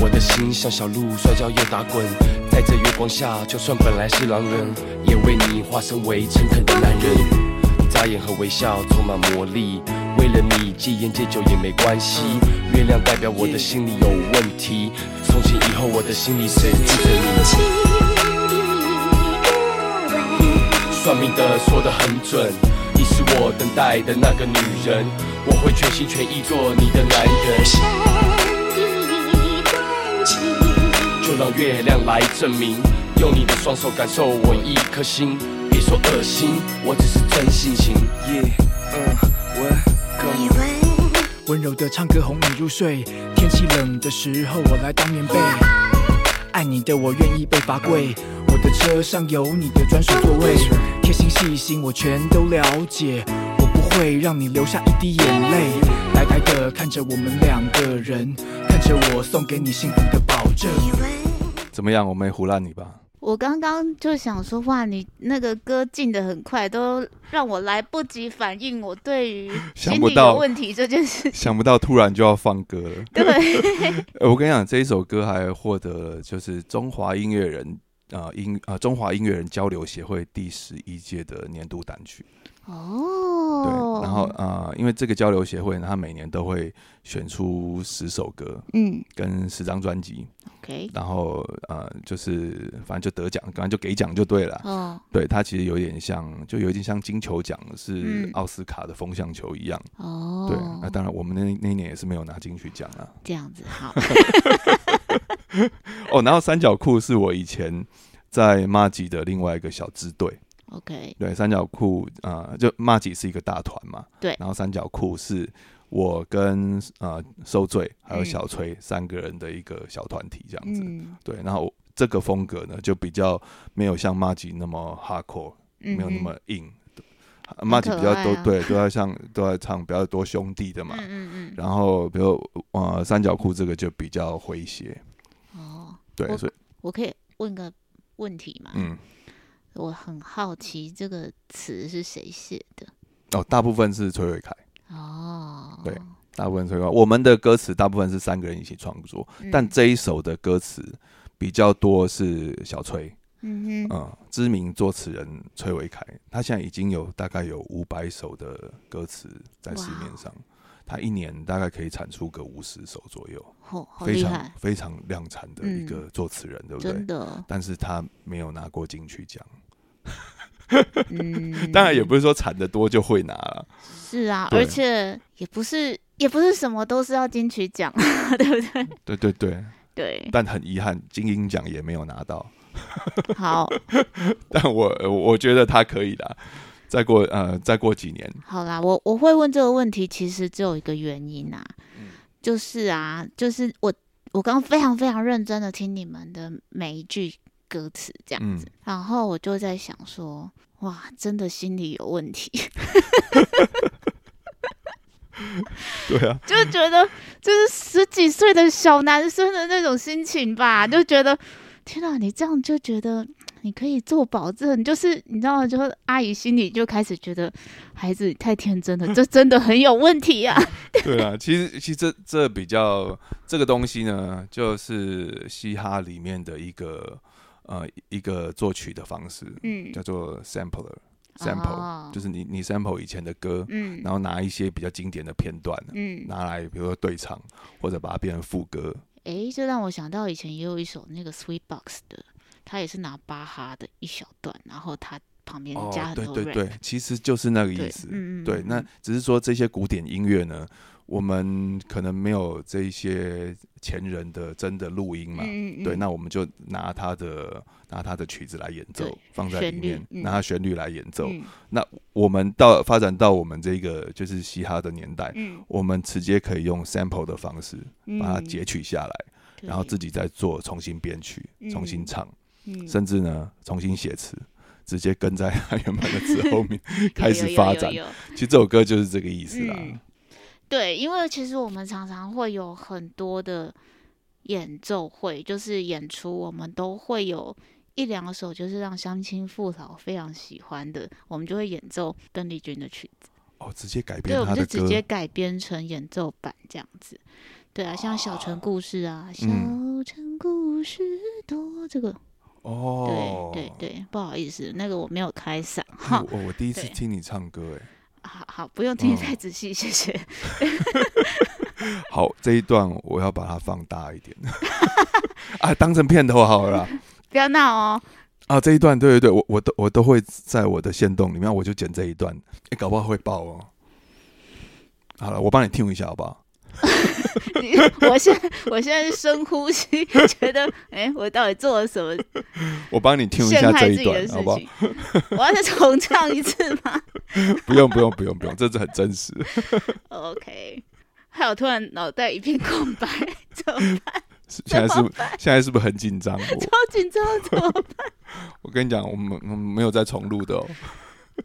S3: 我的心像小鹿摔跤又打滚，在这月光下，就算本来是狼人，也为你化身为诚恳的男人。眨眼和微笑充满魔力，为了你戒烟戒酒也没关系。月亮代表我的心里有问题，从今以后我的心里只住着你。算命的说的很准，你是我等待的那个女人，我会全心全意做你的男人。就让月亮来证明，用你的双手感受我一颗心。别说恶心，我只是真性情。
S4: 温柔的唱歌哄你入睡，天气冷的时候我来当棉被。爱你的我愿意被罚跪，我的车上有你的专属座位。贴心细心我全都了解，我不会让你流下一滴眼泪。呆呆的看着我们两个人，看着我送给你幸福的保证。
S1: 怎么样？我没胡乱你吧？
S2: 我刚刚就想说，哇，你那个歌进的很快，都让我来不及反应我对于
S1: <laughs> 想
S2: 心
S1: 不
S2: 理
S1: 到。
S2: 有问题这件事
S1: 想不到突然就要放歌了。 <laughs>
S2: 对，
S1: 呃，我跟你讲，这一首歌还获得了就是中华音乐人啊、呃音啊、中华音乐人交流协会第十一届的年度单曲。
S2: 哦，
S1: 对，然后啊、呃因为这个交流协会呢，它每年都会选出十首歌
S2: 嗯
S1: 跟十张专辑，
S2: ，OK，
S1: 然后呃，就是反正就得奖，反正就给奖就对了。
S2: 哦
S1: 对，它其实有点像，就有点像金球奖是
S2: 嗯
S1: 奥斯卡的风向球一样。
S2: 哦，
S1: <laughs> 对，啊那当然我们那那一年也是没有拿金曲奖啊。
S2: 这样子
S1: <laughs>
S2: 好，
S1: 哦，然后三角裤是我以前在马吉的另外一个小支队。
S2: OK，
S1: 对，三角裤啊、呃就马吉是一个大团嘛。
S2: 对
S1: 然后三角裤是我跟呃受罪还有
S2: 嗯
S1: 小崔、三个人的一个小团体这样子。
S2: 嗯
S1: 对，然后这个风格呢，就比较没有像马吉那么 hardcore，、
S2: 嗯，
S1: 没有那么硬。马吉比较都、
S2: 很可爱啊 <laughs>
S1: 对，都在像都在唱比较多兄弟的嘛。
S2: 嗯嗯嗯，
S1: 然后比如呃三角裤这个就比较诙谐，
S2: 哦，
S1: 对，
S2: 我
S1: 所以
S2: 我可以问个问题吗？
S1: 嗯。
S2: 我很好奇这个词是谁写的？
S1: 哦，大部分是崔伟凯，
S2: 哦，
S1: 对大部分崔伟凯。我们的歌词大部分是三个人一起创作，
S2: 嗯
S1: 但这一首的歌词比较多是小崔，
S2: 嗯哼，
S1: 嗯，知名作词人崔伟凯，他现在已经有大概有五百首的歌词在市面上，他一年大概可以产出个五十首左右，
S2: 好好
S1: 非
S2: 厉
S1: 常
S2: 害，
S1: 非常量产的一
S2: 嗯
S1: 个作词人，对不
S2: 真
S1: 对？ <laughs>
S2: 的，哦
S1: 但是他没有拿过金曲奖，
S2: 嗯，
S1: 当然也不是说产的多就会拿了，
S2: 是啊，
S1: 对
S2: 而且也不是也不是什么都是要金曲奖， <laughs> 对不对？
S1: 对对对，
S2: 对，
S1: 但很遗憾，金鹰奖也没有拿到。
S2: 好，
S1: 但我呃我觉得他可以的。再过呃，再过几年，
S2: 好啦，我我会问这个问题，其实只有一个原因啊，
S1: 嗯
S2: 就是啊，就是我我刚刚非常非常认真的听你们的每一句歌词这样
S1: 嗯
S2: 子，，然后我就在想说，哇，真的心理有
S1: <laughs>
S2: 问题，
S1: 对啊，
S2: 就觉得就是十几岁的小男生的那种心情吧，就觉得天哪，你这样就觉得你可以做保证，就是你知道吗？就是阿姨心里就开始觉得孩子你太天
S1: <laughs>
S2: 真了，这真的很有问题啊。
S1: 对啊。其实其实这这比较这个东西呢，就是嘻哈里面的一个呃一个作曲的方式，
S2: 嗯
S1: 叫做 sampler sample，、
S2: 哦
S1: 就是你你 sample 以前的歌，
S2: 嗯
S1: 然后拿一些比较经典的片段，
S2: 嗯，
S1: 拿来比如说对唱，或者把它变成副歌。
S2: 诶，这让我想到以前也有一首那个 Sweet Box 的，他也是拿巴哈的一小段，然后他旁边
S1: 哦
S2: 加，很
S1: 对
S2: 多啊 rap，、
S1: 对对，其实就是那个
S2: 对
S1: 意思。
S2: 嗯嗯
S1: 对，
S2: 嗯
S1: 那
S2: 嗯
S1: 只是说这些古典音乐呢，我们可能没有这一些前人的真的录音嘛，
S2: 嗯嗯嗯
S1: 对，那我们就拿它的拿它的曲子来演奏
S2: 对，
S1: 放在里
S2: 旋律
S1: 面，
S2: 嗯
S1: 拿它旋律来演奏。
S2: 嗯
S1: 我们到发展到我们这个就是嘻哈的年代，
S2: 嗯，
S1: 我们直接可以用 sample 的方式把它截取下来，
S2: 对，
S1: 然后自己再做重新编曲、重新
S2: 嗯
S1: 唱，
S2: 嗯
S1: 甚至呢重新写词。直接跟在 <laughs> 它原本的词后面开
S2: 有
S1: 始
S2: 有有
S1: 发
S2: 有
S1: 展，
S2: 有
S1: 其实这首歌就是啊这个意思啦。
S2: 嗯对，因为其实我们常常会有很多的演奏会，就是演出，我们都会有一两首就是让乡亲父老非常喜欢的，我们就会演奏邓丽君的曲子，
S1: 哦，直接改
S2: 对，
S1: 编
S2: 我
S1: 他
S2: 们
S1: 的
S2: 就
S1: 歌
S2: 直，接改编成演奏版这样子。对啊，像《小城故事》啊，小
S1: 嗯
S2: 城故事多》这个，
S1: 哦
S2: 对，对对，不好意思，那个我没有开嗓
S1: 哎
S2: 哈
S1: 我，我第一次
S2: 对
S1: 听你唱歌，哎，
S2: 好好，不用听
S1: 嗯
S2: 太仔细，谢谢。 <laughs>
S1: 好，这一段我要把它放大一点， <laughs> 啊，当成片头好了啦
S2: 不要闹哦， <laughs>
S1: 啊，这一段，对对对，我我都我都会在我的线动里面，我就剪这一段，哎，搞不好会爆哦。好了，我帮你听一下好不好？
S2: 你我现在我现在是深呼吸，觉得 <laughs> 哎、诶我到底做了什么
S1: 我帮 <laughs> 你听一下这
S2: 陷害自
S1: 一
S2: 己的
S1: 段，
S2: 事
S1: 好不好？
S2: 情？ <laughs> 我要再重唱一次吗
S1: 不用不用不用不用，这是很真实。
S2: <laughs> ？OK，还有突然脑袋一片空白， <laughs> 怎么办？
S1: 现在是
S2: 怎么
S1: 不现在是不是很紧张？
S2: 超
S1: 我
S2: 紧张，怎么办？ <laughs>
S1: 我跟你讲，我们我们没有在重录的哦。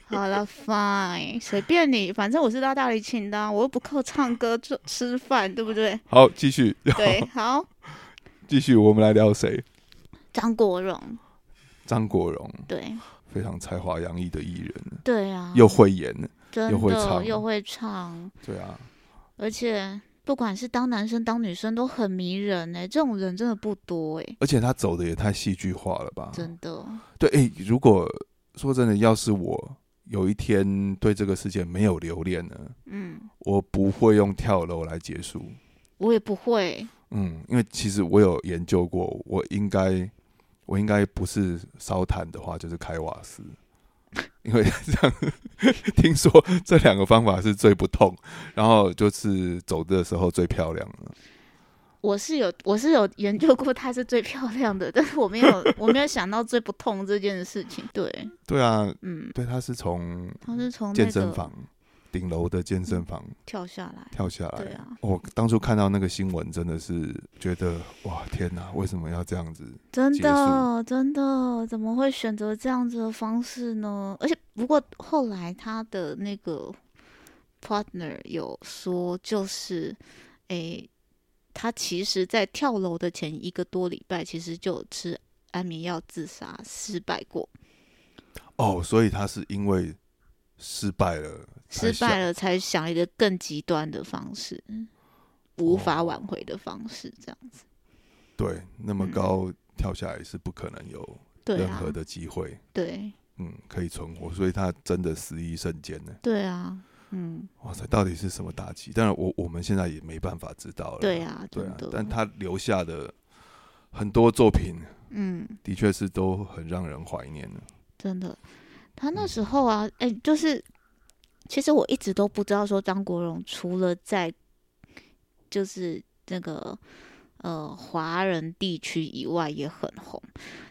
S2: 好了，Fine，随便你，反正我是到大理请的啊，我又不靠唱歌做吃饭，对不
S1: <laughs>
S2: 对？
S1: 好，继续，
S2: 对，好，
S1: <laughs> 继续，我们来聊谁？
S2: 张国荣，
S1: 张国荣，
S2: 对
S1: 非常才华洋溢的艺人，
S2: 对啊，
S1: 又会演，
S2: 真
S1: 又会
S2: 的
S1: 唱
S2: 又会唱，
S1: 对啊，
S2: 而且不管是当男生当女生都很迷人呢、欸这种人真的不多哎、
S1: 而且他走的也太戏剧化了吧？
S2: 真的。
S1: 对，哎、如果说真的，要是我有一天对这个世界没有留恋呢，
S2: 嗯，
S1: 我不会用跳楼来结束，
S2: 我也不会，
S1: 嗯，因为其实我有研究过，我应该，我应该不是烧炭的话，就是开瓦
S2: <laughs>
S1: 斯，因为这样， <laughs> 听说这两个方法是最不痛，然后就是走的时候最漂亮了。
S2: 我是有我是有研究过她是最漂亮的，但是我没有
S1: <laughs>
S2: 我没有想到最不痛这件事情。对，
S1: 对啊，
S2: 嗯，
S1: 对，他是从
S2: 她是从那
S1: 健身
S2: 个
S1: 房顶楼的健身房
S2: 跳下来，
S1: 跳下来。
S2: 对啊，
S1: 我当初看到那个新闻，真的是觉得哇，天哪，为什么要这样子？
S2: 真
S1: 结
S2: 的
S1: 束
S2: 真的怎么会选择这样子的方式呢？而且不过后来她的那个 partner 有说，就是诶，她其实在跳楼的前一个多礼拜，其实就有吃安眠药自杀失败过。
S1: 哦，所以他是因为失败了，
S2: 失败
S1: 了。
S2: 了才想一个更极端的方式，无
S1: 哦
S2: 法挽回的方式，这样子。
S1: 对，那么
S2: 嗯
S1: 高跳下来是不可能有
S2: 对
S1: 任
S2: 啊
S1: 何，的机会，
S2: 对
S1: 嗯，可以存活。所以他真的死一瞬间呢，
S2: 对啊，嗯，
S1: 哇塞，到底是什么打击？当然我，我们现在也没办法知道了。
S2: 对，啊，
S1: 对啊
S2: 真的，
S1: 但他留下的很多作品，
S2: 嗯，
S1: 的确是都很让人怀念的。
S2: 真的，他那时候啊，哎、就是其实我一直都不知道说张国荣除了在就是那个呃华人地区以外也很红，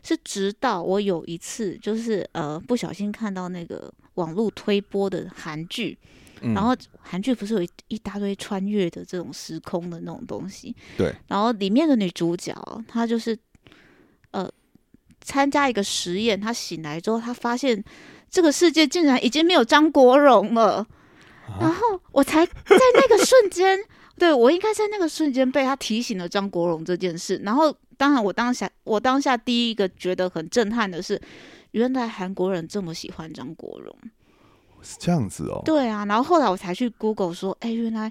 S2: 是直到我有一次就是呃不小心看到那个网络推播的韩剧，
S1: 嗯
S2: 然后韩剧不是有一一大堆穿越的这种时空的那种东西？
S1: 对。
S2: 然后里面的女主角，她就是呃参加一个实验，她醒来之后，她发现这个世界竟然已经没有张国荣了。
S1: 啊
S2: 然后我才在那个瞬间，对我应该在那个瞬间被她提醒了张国荣这件事。然后，当然我当下我当下第一个觉得很震撼的是，原来韩国人这么喜欢张国荣。
S1: 是这样子哦，
S2: 对啊，然后后来我才去 Google 说，哎，原来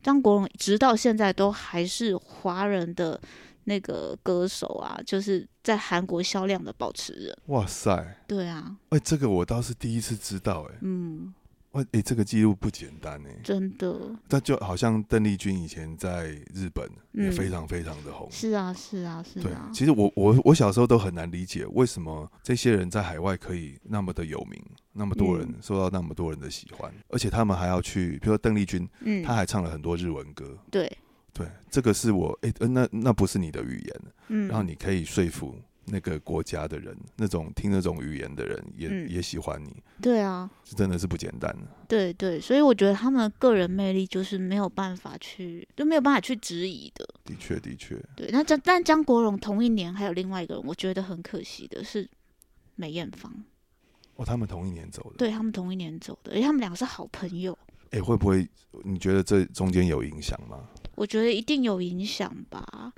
S2: 张国荣直到现在都还是华人的那个歌手啊，就是在韩国销量的保持人。
S1: 哇塞，哎、
S2: 对啊，
S1: 这个我倒是第一次知道、哎，
S2: 嗯，
S1: 哇，哎、这个记录不简单哎、
S2: 真的
S1: 那就好像邓丽君以前在日本也
S2: 嗯
S1: 非常非常的红。
S2: 是啊，是啊，是
S1: 对
S2: 啊，，
S1: 其实我我我小时候都很难理解，为什么这些人在海外可以那么的有名，那么多人、
S2: 嗯
S1: 受到那么多人的喜欢，而且他们还要去，比如说邓丽君，
S2: 嗯，
S1: 她还唱了很多日文歌。
S2: 对，
S1: 对，这个是我诶、呃那那不是你的语言，
S2: 嗯，
S1: 然后你可以说服那个国家的人，那种听那种语言的人也、
S2: 嗯
S1: 也喜欢你，
S2: 对啊，
S1: 这真的是不简单。
S2: 对对，所以我觉得他们个人魅力就是没有办法去，就没有办法去质疑的。
S1: 的确，的确，
S2: 对，那张但张国荣同一年还有另外一个人，我觉得很可惜的是梅艳芳，
S1: 哦，他们同一年走的，
S2: 对他们同一年走的，而且他们两个是好朋友，
S1: 诶、会不会你觉得这中间有影响吗？
S2: 我觉得一定有影响吧，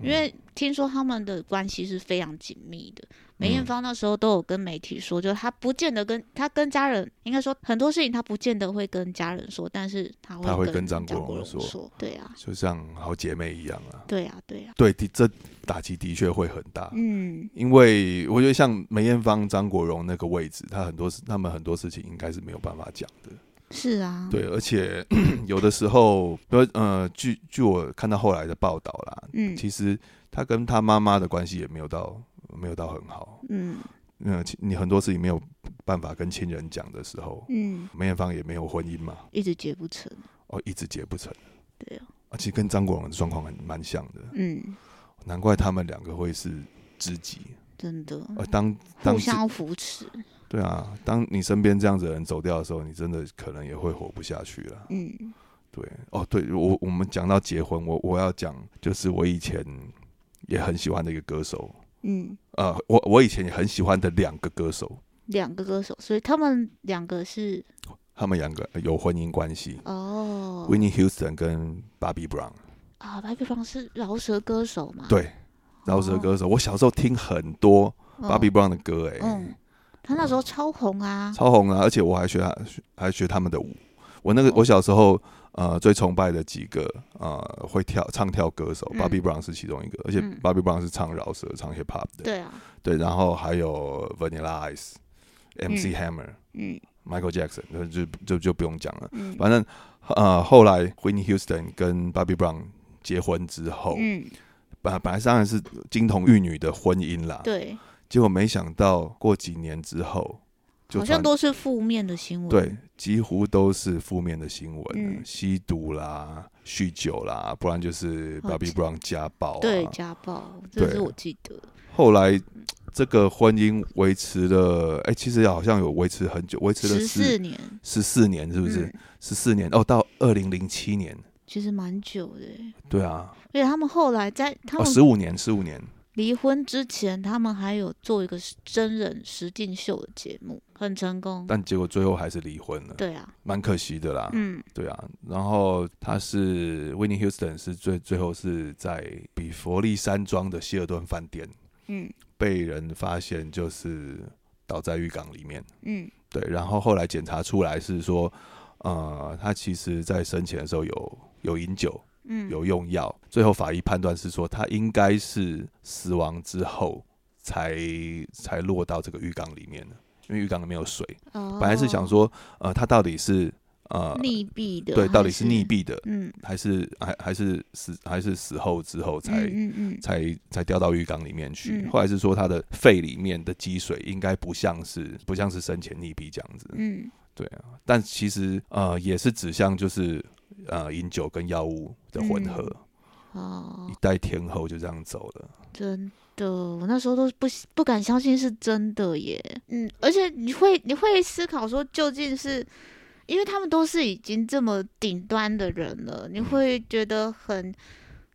S2: 因为
S1: 嗯
S2: 听说他们的关系是非常紧密的。梅艳
S1: 嗯
S2: 芳那时候都有跟媒体说，就是她不见得跟她跟家人，应该说很多事情她不见得会跟家人说，但是她
S1: 她会
S2: 会
S1: 跟
S2: 跟
S1: 张国荣
S2: 国
S1: 说
S2: 说，对啊，
S1: 就像好姐妹一样啊。
S2: 对啊，对啊，
S1: 对，的这打击的确会很大，
S2: 嗯，
S1: 因为我觉得像梅艳芳、张国荣那个位置，他很多事，他们很多事情应该是没有办法讲的。
S2: 是啊，
S1: 对，而且 <clears throat> 有的时候，比如呃，据据我看到后来的报道啦，
S2: 嗯
S1: 其实他跟他妈妈的关系也没有到没有到很好。
S2: 嗯
S1: 嗯、其你很多事情没有办法跟亲人讲的时候，
S2: 嗯，
S1: 梅艳芳也没有婚姻嘛，
S2: 一直结不成，
S1: 哦，一直结不成。
S2: 对啊，
S1: 而且跟张国荣的状况很蛮像的，
S2: 嗯，
S1: 难怪他们两个会是知己。
S2: 真的
S1: 呃，当当
S2: 嗯互
S1: 自
S2: 相扶持，
S1: 对啊，当你身边这样子的人走掉的时候，你真的可能也会活不下去了。
S2: 嗯
S1: 对，哦，对我我们讲到结婚，我我要讲就是我以前也很喜欢的一个歌手，
S2: 嗯，
S1: 呃，我我以前也很喜欢的两个歌手，
S2: 两个歌手，所以他们两个是
S1: 他们两个有婚姻关系、
S2: 哦
S1: w i n n i e Houston 跟 Bobby Brown，
S2: 啊，白比方是饶舌歌手嘛，
S1: 对，饶舌歌手。我小时候听很多 Bobby Brown 的歌、欸，哎、
S2: 嗯，他那时候超红啊，
S1: 超红啊！而且我还学他，还学他们的舞。我那
S2: 哦
S1: 个我小时候呃最崇拜的几个呃会跳唱跳歌手、
S2: 嗯
S1: b o b b y Brown 是其中一个，而且
S2: 嗯
S1: Bobby Brown 是唱饶舌、唱 hip hop 的。
S2: 对啊，
S1: 对，然后还有 Vanilla Ice、MC Hammer、
S2: 嗯
S1: Michael Jackson，就就就就不用讲了。
S2: 嗯
S1: 反正呃后来 w h i t n e y Houston 跟 Bobby Brown 结婚之后，
S2: 嗯，
S1: 本本来当然是金童玉女的婚姻啦，
S2: 对，
S1: 结果没想到过几年之后。就
S2: 好像
S1: 传
S2: 都是负面的新闻，
S1: 对，几乎都是负面的新闻，
S2: 嗯
S1: 吸毒啦、酗酒啦，不然就是
S2: 哦
S1: Bobby
S2: 这
S1: Brown 家暴、啊。
S2: 对家暴，这
S1: 对
S2: 是我记得，
S1: 后来这个婚姻维持了，哎、其实好像有维持很久，维持了
S2: 十四年，
S1: 十四年，是不是
S2: 嗯？
S1: 十四、年哦，到二零零七年，
S2: 其实蛮久的欸，
S1: 对啊，
S2: 而且他们后来在他
S1: 哦，
S2: 们
S1: 十五年，十五年，
S2: 离婚之前，他们还有做一个实真人实境秀的节目，很成功。
S1: 但结果最后还是离婚了，
S2: 对啊，
S1: 蛮可惜的啦。
S2: 嗯
S1: 对啊，然后他是 w i n n i e Houston 是最最后是在比佛利山庄的希尔顿饭店
S2: 嗯
S1: 被人发现就是倒在浴缸里面，
S2: 嗯
S1: 对，然后后来检查出来是说，呃，他其实在生前的时候有有饮酒，
S2: 嗯，
S1: 有用药，最后法医判断是说他应该是死亡之后才才落到这个浴缸里面的，因为浴缸里面有水，
S2: 哦
S1: 本来是想说，呃，他到底是呃
S2: 溺毙的，
S1: 对，
S2: 还
S1: 到底是溺？毙的，
S2: 嗯
S1: 还是还还是死还是死后之后才、
S2: 嗯嗯
S1: 才才掉到浴缸里面去。
S2: 嗯
S1: 后来是说他的肺里面的积水应该不像是不像是生前溺毙这样子，
S2: 嗯
S1: 对啊。但其实呃也是指向就是呃饮酒跟药物的混合，
S2: 嗯，哦
S1: 一，代天后就这样走了。
S2: 真的，我那时候都不不敢相信是真的耶。嗯，而且你会你会思考说，究竟是因为他们都是已经这么顶端的人了，
S1: 嗯
S2: 你会觉得很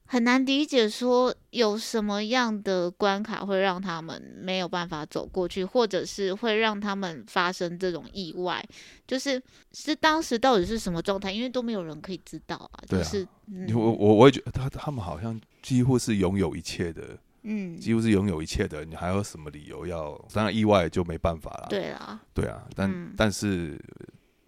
S2: 很难理解，说有什么样的关卡会让他们没有办法走过去，或者是会让他们发生这种意外，就是是当时到底是什么状态，因为都没有人可以知道啊。
S1: 对
S2: 就
S1: 啊
S2: 是、
S1: 因为我
S2: 嗯
S1: 我我也觉得他他们好像几乎是拥有一切的，
S2: 嗯，
S1: 几乎是拥有一切的，你还有什么理由要？当然意外就没办法啦。
S2: 对啦，
S1: 对啊，但、
S2: 嗯
S1: 但是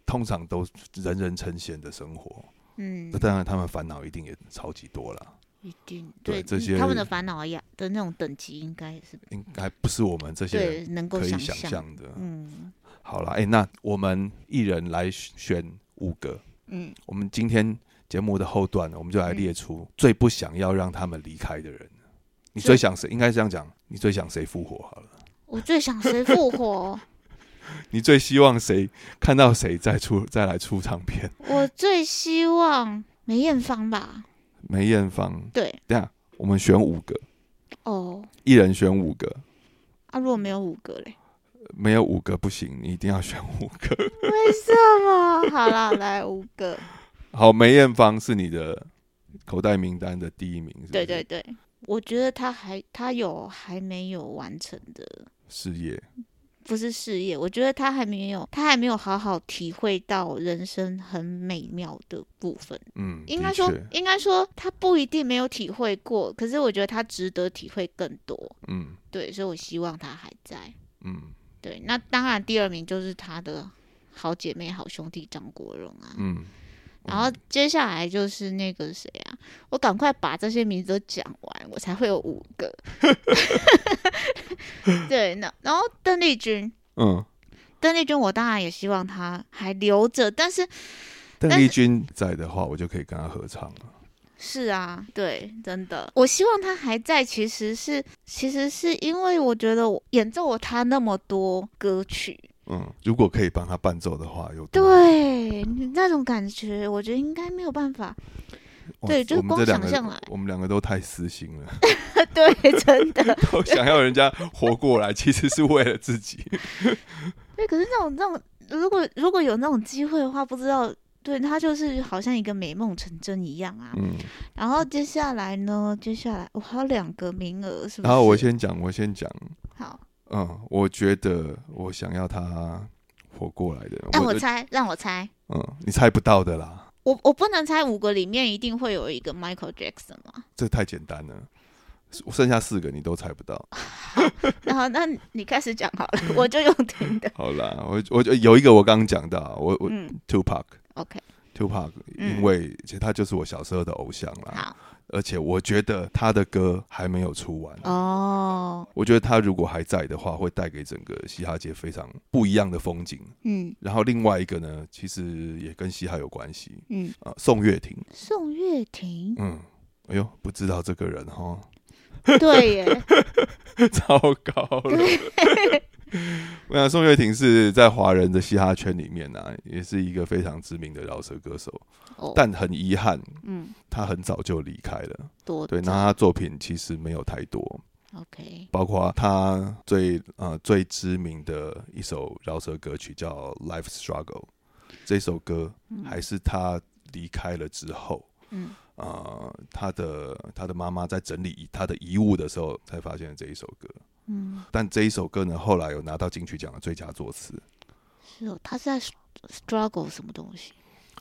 S1: 通常都人人称羡的生活，
S2: 嗯
S1: 那，当然他们烦恼一定也超级多啦。
S2: 一定
S1: 对这
S2: 嗯
S1: 些
S2: 他们的烦恼呀的那种等级，应该也是
S1: 应该不是我们这些
S2: 对
S1: 人
S2: 能够
S1: 可以
S2: 想
S1: 想
S2: 象。
S1: 象的。
S2: 嗯
S1: 好了，哎、那我们一人来选五个。
S2: 嗯，
S1: 我们今天节目的后段，我们就来
S2: 嗯
S1: 列出最不想要让他们离开的人。你
S2: 最
S1: 最想谁？应该这样讲，你最想谁复活？好了，
S2: 我最想谁复活？
S1: 你最希望谁看到谁再出再来出唱片？
S2: 我最希望梅艳芳吧。
S1: 梅艳芳，
S2: 对
S1: 这样我们选五个，
S2: 哦，
S1: 一人选五个，
S2: 啊，如果没有五个嘞， <laughs>
S1: 没有五个不行，你一定要选五个。
S2: 为什么？好啦，来五
S1: <laughs>
S2: 个。
S1: 好，梅艳芳是你的口袋名单的第一名，是不是
S2: 对对对，我觉得他还他有还没有完成的，
S1: 事业，
S2: 不是事业，我觉得他还没有他还没有好好体会到人生很美妙的部分。
S1: 嗯，
S2: 应
S1: 的
S2: 该说
S1: 确，
S2: 应该说他不一定没有体会过，可是我觉得他值得体会更多。
S1: 嗯
S2: 对，所以我希望他还在。
S1: 嗯
S2: 对，那当然第二名就是他的好姐妹、好兄弟张国荣啊。
S1: 嗯，
S2: 然后接下来就是那个谁啊，我赶快把这些名字都讲完，我才会有五个。 <laughs> 对，那然后邓丽君，
S1: 嗯，
S2: 邓丽君，我当然也希望她还留着，但是
S1: 邓
S2: 但
S1: 丽
S2: 是
S1: 君在的话，我就可以跟她合唱了。
S2: 是啊，对，真的，我希望她还在，其实是其实是因为我觉得我演奏我她那么多歌曲，
S1: 嗯，如果可以帮她伴奏的话，有多好，
S2: 对那种感觉，我觉得应该没有办法。
S1: 哇
S2: 对就是
S1: 我们这两
S2: 光想象啊来
S1: 个，我们两个都太私心了，<laughs>
S2: <laughs> 对，真的。
S1: 都想要人家活过来， <laughs> 其实是为了自
S2: <laughs>
S1: 己。
S2: <laughs> 对，可是那种那种，如果如果有那种机会的话，不知道，对他就是好像一个美梦成真一样啊。
S1: 嗯，
S2: 然后接下来呢，接下来我还有两个名额，是不是？
S1: 然后我先讲，我先讲，
S2: 好，
S1: 嗯，我觉得我想要她活过来的，
S2: 让
S1: 我
S2: 啊我
S1: 的
S2: 猜，让我猜，
S1: 嗯，你猜不到的啦，
S2: 我我不能猜五个里面一定会有一个 Michael Jackson 嘛？
S1: 这太简单了，剩下四个你都猜不到。
S2: <laughs> 然后那你开始讲好了，
S1: 嗯
S2: 我就用听的。
S1: 好啦，我我有一个我刚刚讲到，我我
S2: 嗯
S1: Tupac。
S2: ，OK，
S1: Tupac，
S2: 嗯
S1: 因为其实他就是我小时候的偶像啦，
S2: 好，
S1: 而且我觉得他的歌还没有出完，
S2: 哦，
S1: 我觉得他如果还在的话，会带给整个嘻哈界非常不一样的风景。
S2: 嗯
S1: 然后另外一个呢，其实也跟嘻哈有关系，
S2: 嗯，
S1: 呃，宋岳庭，，
S2: 宋岳庭
S1: <laughs> 嗯，哎呦，不知道这个人哈，
S2: 对耶，
S1: 糟糕
S2: <laughs>
S1: 了。我想宋岳庭是在华人的嘻哈圈里面啊，也是一个非常知名的饶舌歌手，
S2: 哦，
S1: 但很遗憾，
S2: 嗯，
S1: 他很早就离开了。
S2: 多
S1: 对，那他作品其实没有太多，
S2: OK，
S1: 包括他最呃最知名的一首饶舌歌曲叫《Life Struggle》，这首歌
S2: 嗯
S1: 还是他离开了之后，
S2: 嗯
S1: 呃，他的他的妈妈在整理他的遗物的时候才发现了这一首歌。
S2: 嗯，
S1: 但这一首歌呢，后来有拿到金曲奖的最佳作词。
S2: 是哦，他是在 struggle 什么东西？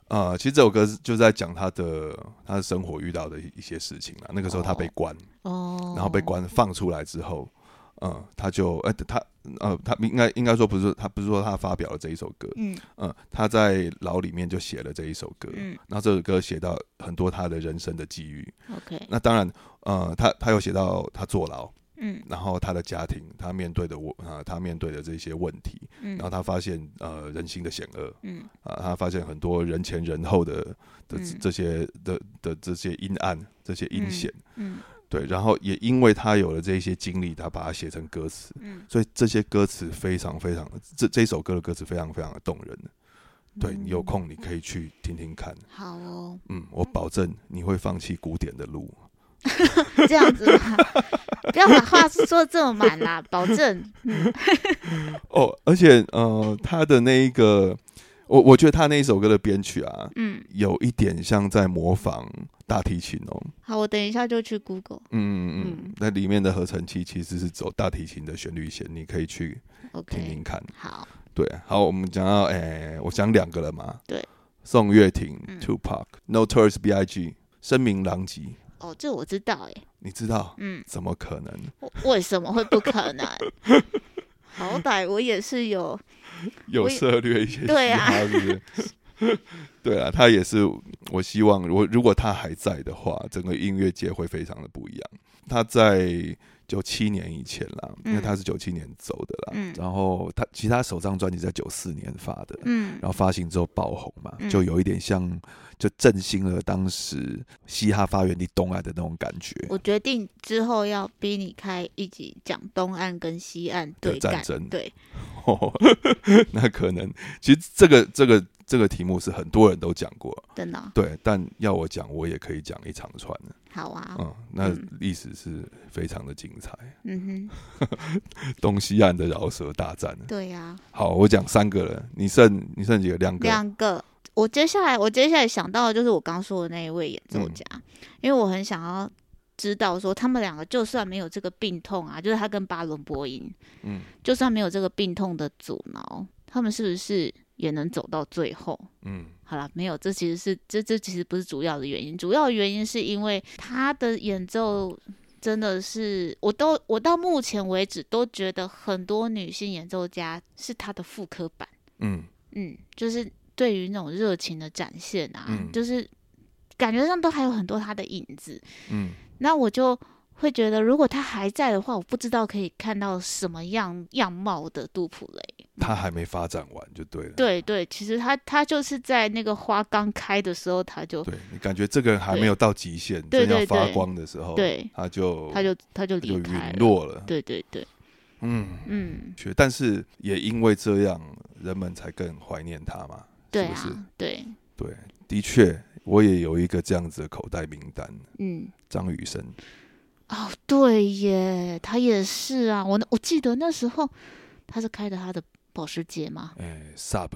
S1: 呃，其实这首歌是就是在讲他的他的生活遇到的一一些事情啊。那个时候他被
S2: 哦
S1: 关，
S2: 哦，
S1: 然后被关放出来之后，呃，他就呃他呃他应该应该说不是他不是说他发表了这一首歌，
S2: 嗯
S1: 呃，他在牢里面就写了这一首歌，
S2: 嗯
S1: 然后这首歌写到很多他的人生的际遇。
S2: ，OK，
S1: 那当然，呃，他他有写到他坐牢，
S2: 嗯
S1: 然后他的家庭，他面对的我呃他面对的这些问题，
S2: 嗯，
S1: 然后他发现呃人性的险恶
S2: 嗯
S1: 啊、他发现很多人前人后的的
S2: 嗯
S1: 这些的的这些阴暗，这些阴
S2: 嗯
S1: 险。
S2: 嗯
S1: 对，然后也因为他有了这一些经历，他把它写成歌词，
S2: 嗯，
S1: 所以这些歌词非常非常，这这首歌的歌词非常非常的动人。对你
S2: 嗯
S1: 有空你可以去听听看，
S2: 好哦，
S1: 嗯，我保证你会放弃古典的路。
S2: 这样子
S1: <laughs>
S2: 吧，不要把话说这么满啦，保证，
S1: 哦，而且呃，他的那一个，我我觉得他那一首歌的编曲啊，
S2: 嗯，
S1: 有一点像在模仿大提琴哦，
S2: 好，我等一下就去 Google，OK，、
S1: 嗯嗯
S2: 嗯
S1: 嗯，那里面的合成器其实是走大提琴的旋律线，你可以去听听看。
S2: 好，
S1: 对，好，我们讲到，诶、我讲两个了嘛。
S2: 对，
S1: 宋岳庭、
S2: 嗯
S1: Tupac、Notorious B.I.G. 声名狼藉，
S2: 哦，这我知道、欸，哎，
S1: 你知道？
S2: 嗯，
S1: 怎么可能？
S2: 我为什么会不可能？ <laughs> 好歹我也是有，
S1: 有
S2: 我也
S1: 涉略一些嘻
S2: 对啊
S1: 哈，是不是？ <laughs> 对啊，他也是，我希望如果如果他还在的话，整个音乐界会非常的不一样。他在九七年以前啦，因为
S2: 嗯
S1: 他是九七年走的啦，
S2: 嗯
S1: 然后他其实他首张专辑在九四年发的，
S2: 嗯
S1: 然后发行之后爆红嘛，
S2: 嗯
S1: 就有一点像就振兴了当时嘻哈发源地东岸的那种感觉。
S2: 我决定之后要逼你开一集讲东岸跟西岸对
S1: 的战
S2: 干，
S1: 争
S2: 对，
S1: 哦， <laughs> 那可能其实这个这个这个题目是很多人都讲过，啊
S2: 真的哦
S1: 对，但要我讲，我也可以讲一长串的。
S2: 好啊，
S1: 嗯，那
S2: 嗯
S1: 历史是非常的精彩，
S2: 嗯哼，
S1: 东西岸的饶舌大战。
S2: 对呀、
S1: 好，我讲三个了，你剩你剩几个？两个。
S2: 两个。我接下来，我接下来想到的就是我刚说的那一位演奏
S1: 嗯
S2: 家，因为我很想要知道说，他们两个就算没有这个病痛啊，就是他跟巴伦波音，
S1: 嗯
S2: 就算没有这个病痛的阻挠，他们是不是也能走到最后？
S1: 嗯
S2: 好啦，没有，这其实是这这其实不是主要的原因，主要的原因是因为他的演奏真的是，我都我到目前为止都觉得很多女性演奏家是他的复刻版，
S1: 嗯
S2: 嗯，就是对于那种热情的展现啊，
S1: 嗯
S2: 就是感觉上都还有很多他的影子，
S1: 嗯
S2: 那我就。会觉得，如果他还在的话，我不知道可以看到什么样样貌的杜普雷。
S1: 他还没发展完就对了。
S2: 对对，其实他他就是在那个花刚开的时候，他就
S1: 对，你感觉这个人还没有到极限，
S2: 对
S1: 正要
S2: 对
S1: 发
S2: 对
S1: 光的时候，
S2: 对
S1: 他就
S2: 他就他就
S1: 他就
S2: 离开
S1: 陨
S2: 了。
S1: 落了。
S2: 对对对，
S1: 嗯，
S2: 嗯，
S1: 确，但是也因为这样，人们才更怀念他嘛，
S2: 对
S1: 是不是？
S2: 啊，对，
S1: 对，的确，我也有一个这样子的口袋名单，
S2: 嗯，
S1: 张雨生。
S2: 哦，对耶，他也是啊。我那我记得那时候他是开的他的保时捷嘛，
S1: 哎，Sub，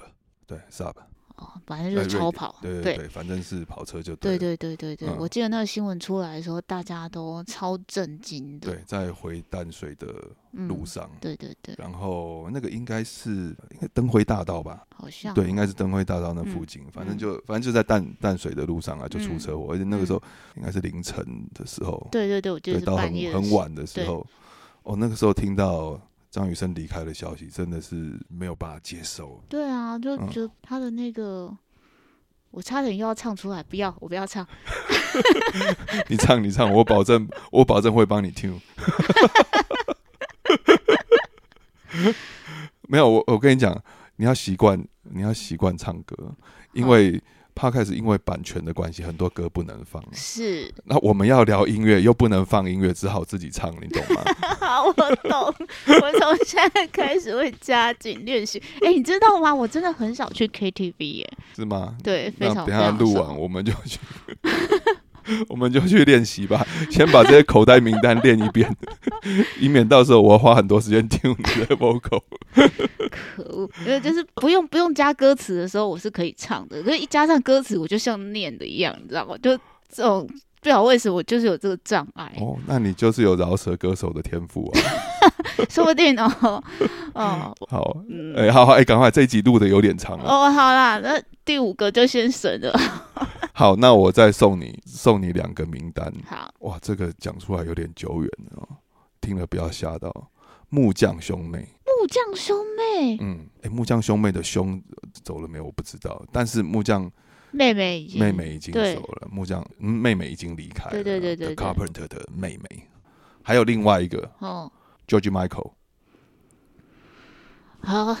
S1: 对 Sub，
S2: 哦，反正就
S1: 呃
S2: 是
S1: 瑞
S2: 超跑，
S1: 对对
S2: 对
S1: 对，反正是跑车就
S2: 对
S1: 了对
S2: 对对对对
S1: 嗯
S2: 我记得那个新闻出来的时候，大家都超震惊的。
S1: 在回淡水的
S2: 嗯，
S1: 路上，
S2: 对对对，
S1: 然后那个应该是应该灯辉大道吧？
S2: 好像嗯
S1: 对，应该是灯辉大道那附近，反正就反正就在淡淡水的路上啊，就出车祸，而且那个时候应该是凌晨的时候，
S2: 对嗯对对，我记得
S1: 对，
S2: 是
S1: 到
S2: 半
S1: 很
S2: 夜的
S1: 很
S2: 时候。
S1: 晚的时候，哦，那个时候听到张雨生离开的消息，真的是没有办法接受。
S2: 对啊，就
S1: 嗯
S2: 就他的那个，我差点又要唱出来，不要，我不要唱。
S1: <laughs> 你唱，你唱，我保证，我保证会帮你听。 <laughs> 没有，我我跟你讲，你要习惯，你要习惯唱歌，因为 p 开始因为版权的关系，很多歌不能放。
S2: 是，
S1: 那我们要聊音乐，又不能放音乐，只好自己唱，你懂
S2: <laughs>
S1: 吗？
S2: 好，我懂。我从现在开始会加紧练习。哎、你知道吗？我真的很少去 KTV 耶。
S1: 是吗？
S2: 对，非
S1: 那
S2: 常
S1: 等一
S2: 非
S1: 下
S2: 常
S1: 录
S2: 少
S1: 完，我们就去， <laughs> 我们就去练习吧。先把这些口袋名单练一遍， <laughs> 以免到时候我花很多时间听你的 vocal。
S2: 可恶，因为就是不用不用加歌词的时候，我是可以唱的。可是，一加上歌词，我就像念的一样，你知道吗？就这种不晓得为什么，我就是有这个障碍。
S1: 哦，那你就是有饶舌歌手的天赋
S2: <laughs>
S1: 啊！
S2: 说不
S1: <laughs>
S2: 定哦，哦，
S1: 好，
S2: 嗯，
S1: 哎、好好，哎、赶快，这一集录的有点长了。
S2: 哦，好啦，那第五个就先省了。
S1: 好，那我再送你送你两个名单。
S2: 好，
S1: 哇，这个讲出来有点久远了哦，听了不要吓到。木匠兄妹，
S2: 木匠兄妹，
S1: 嗯，哎、木匠兄妹的兄呃走了没有？我不知道，但是木匠
S2: 妹妹已经，
S1: 妹妹已经
S2: 对
S1: 走了，木匠、嗯、妹妹已经离开了。
S2: 对对对对
S1: The
S2: 对
S1: Carpenter 的妹妹，还有另外一个
S2: 哦，
S1: George Michael。
S2: 好，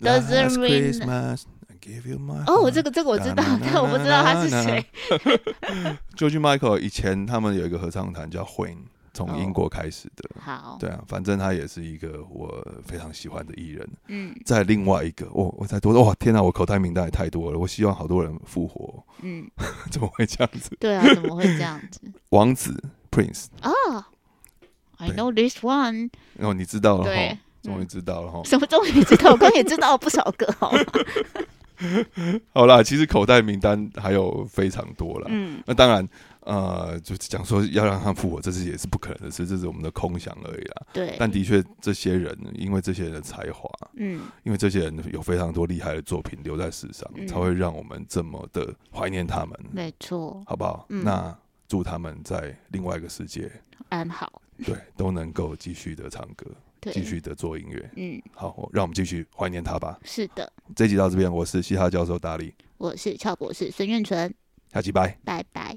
S2: Doesn't
S1: Last
S2: ring-
S1: Christmas, I give you my
S2: 哦，我
S1: heart
S2: 这个这个我知
S1: <laughs>
S2: 道
S1: 哒，
S2: 但我不知道他是谁。。
S1: <laughs> George Michael 以前他们有一个合唱团叫 Wham，
S2: 哦
S1: 从英国开始的。
S2: 好，
S1: 对啊，反正他也是一个我非常喜欢的艺人。
S2: 嗯
S1: 再另外一个，哦我我才多哇，天哪，啊我口袋名单也太多了。我希望好多人复活， <laughs>
S2: 嗯，
S1: 怎么会这样子？
S2: <laughs> 对啊，怎么会这样子？
S1: 王子 Prince，
S2: 哦，I
S1: 对
S2: know this one，
S1: 哦，你知道了
S2: 对
S1: 哈，终于知道了哈。
S2: 什么终于知道，我刚刚也知道不少个哦。
S1: <laughs> 好啦，其实口袋名单还有非常多啦。
S2: 嗯，
S1: 那当然，呃，就讲说要让他复活，这是也是不可能的事，这是我们的空想而已啦。
S2: 对，
S1: 但的确，这些人因为这些人的才华，
S2: 嗯
S1: 因为这些人有非常多厉害的作品留在世上，
S2: 嗯
S1: 才会让我们这么的怀念他们，
S2: 没错，
S1: 好不好？
S2: 嗯
S1: 那祝他们在另外一个世
S2: <laughs>
S1: 界，
S2: 安好，
S1: 对，都能够继续的唱歌，
S2: 对，
S1: 继续的做音乐。
S2: 嗯，
S1: 好，让我们继续怀念他吧。
S2: 是的，
S1: 这集到这边，我是嘻哈教授大力，
S2: 我是俏博士孙运纯，
S1: 下期拜。
S2: 拜拜。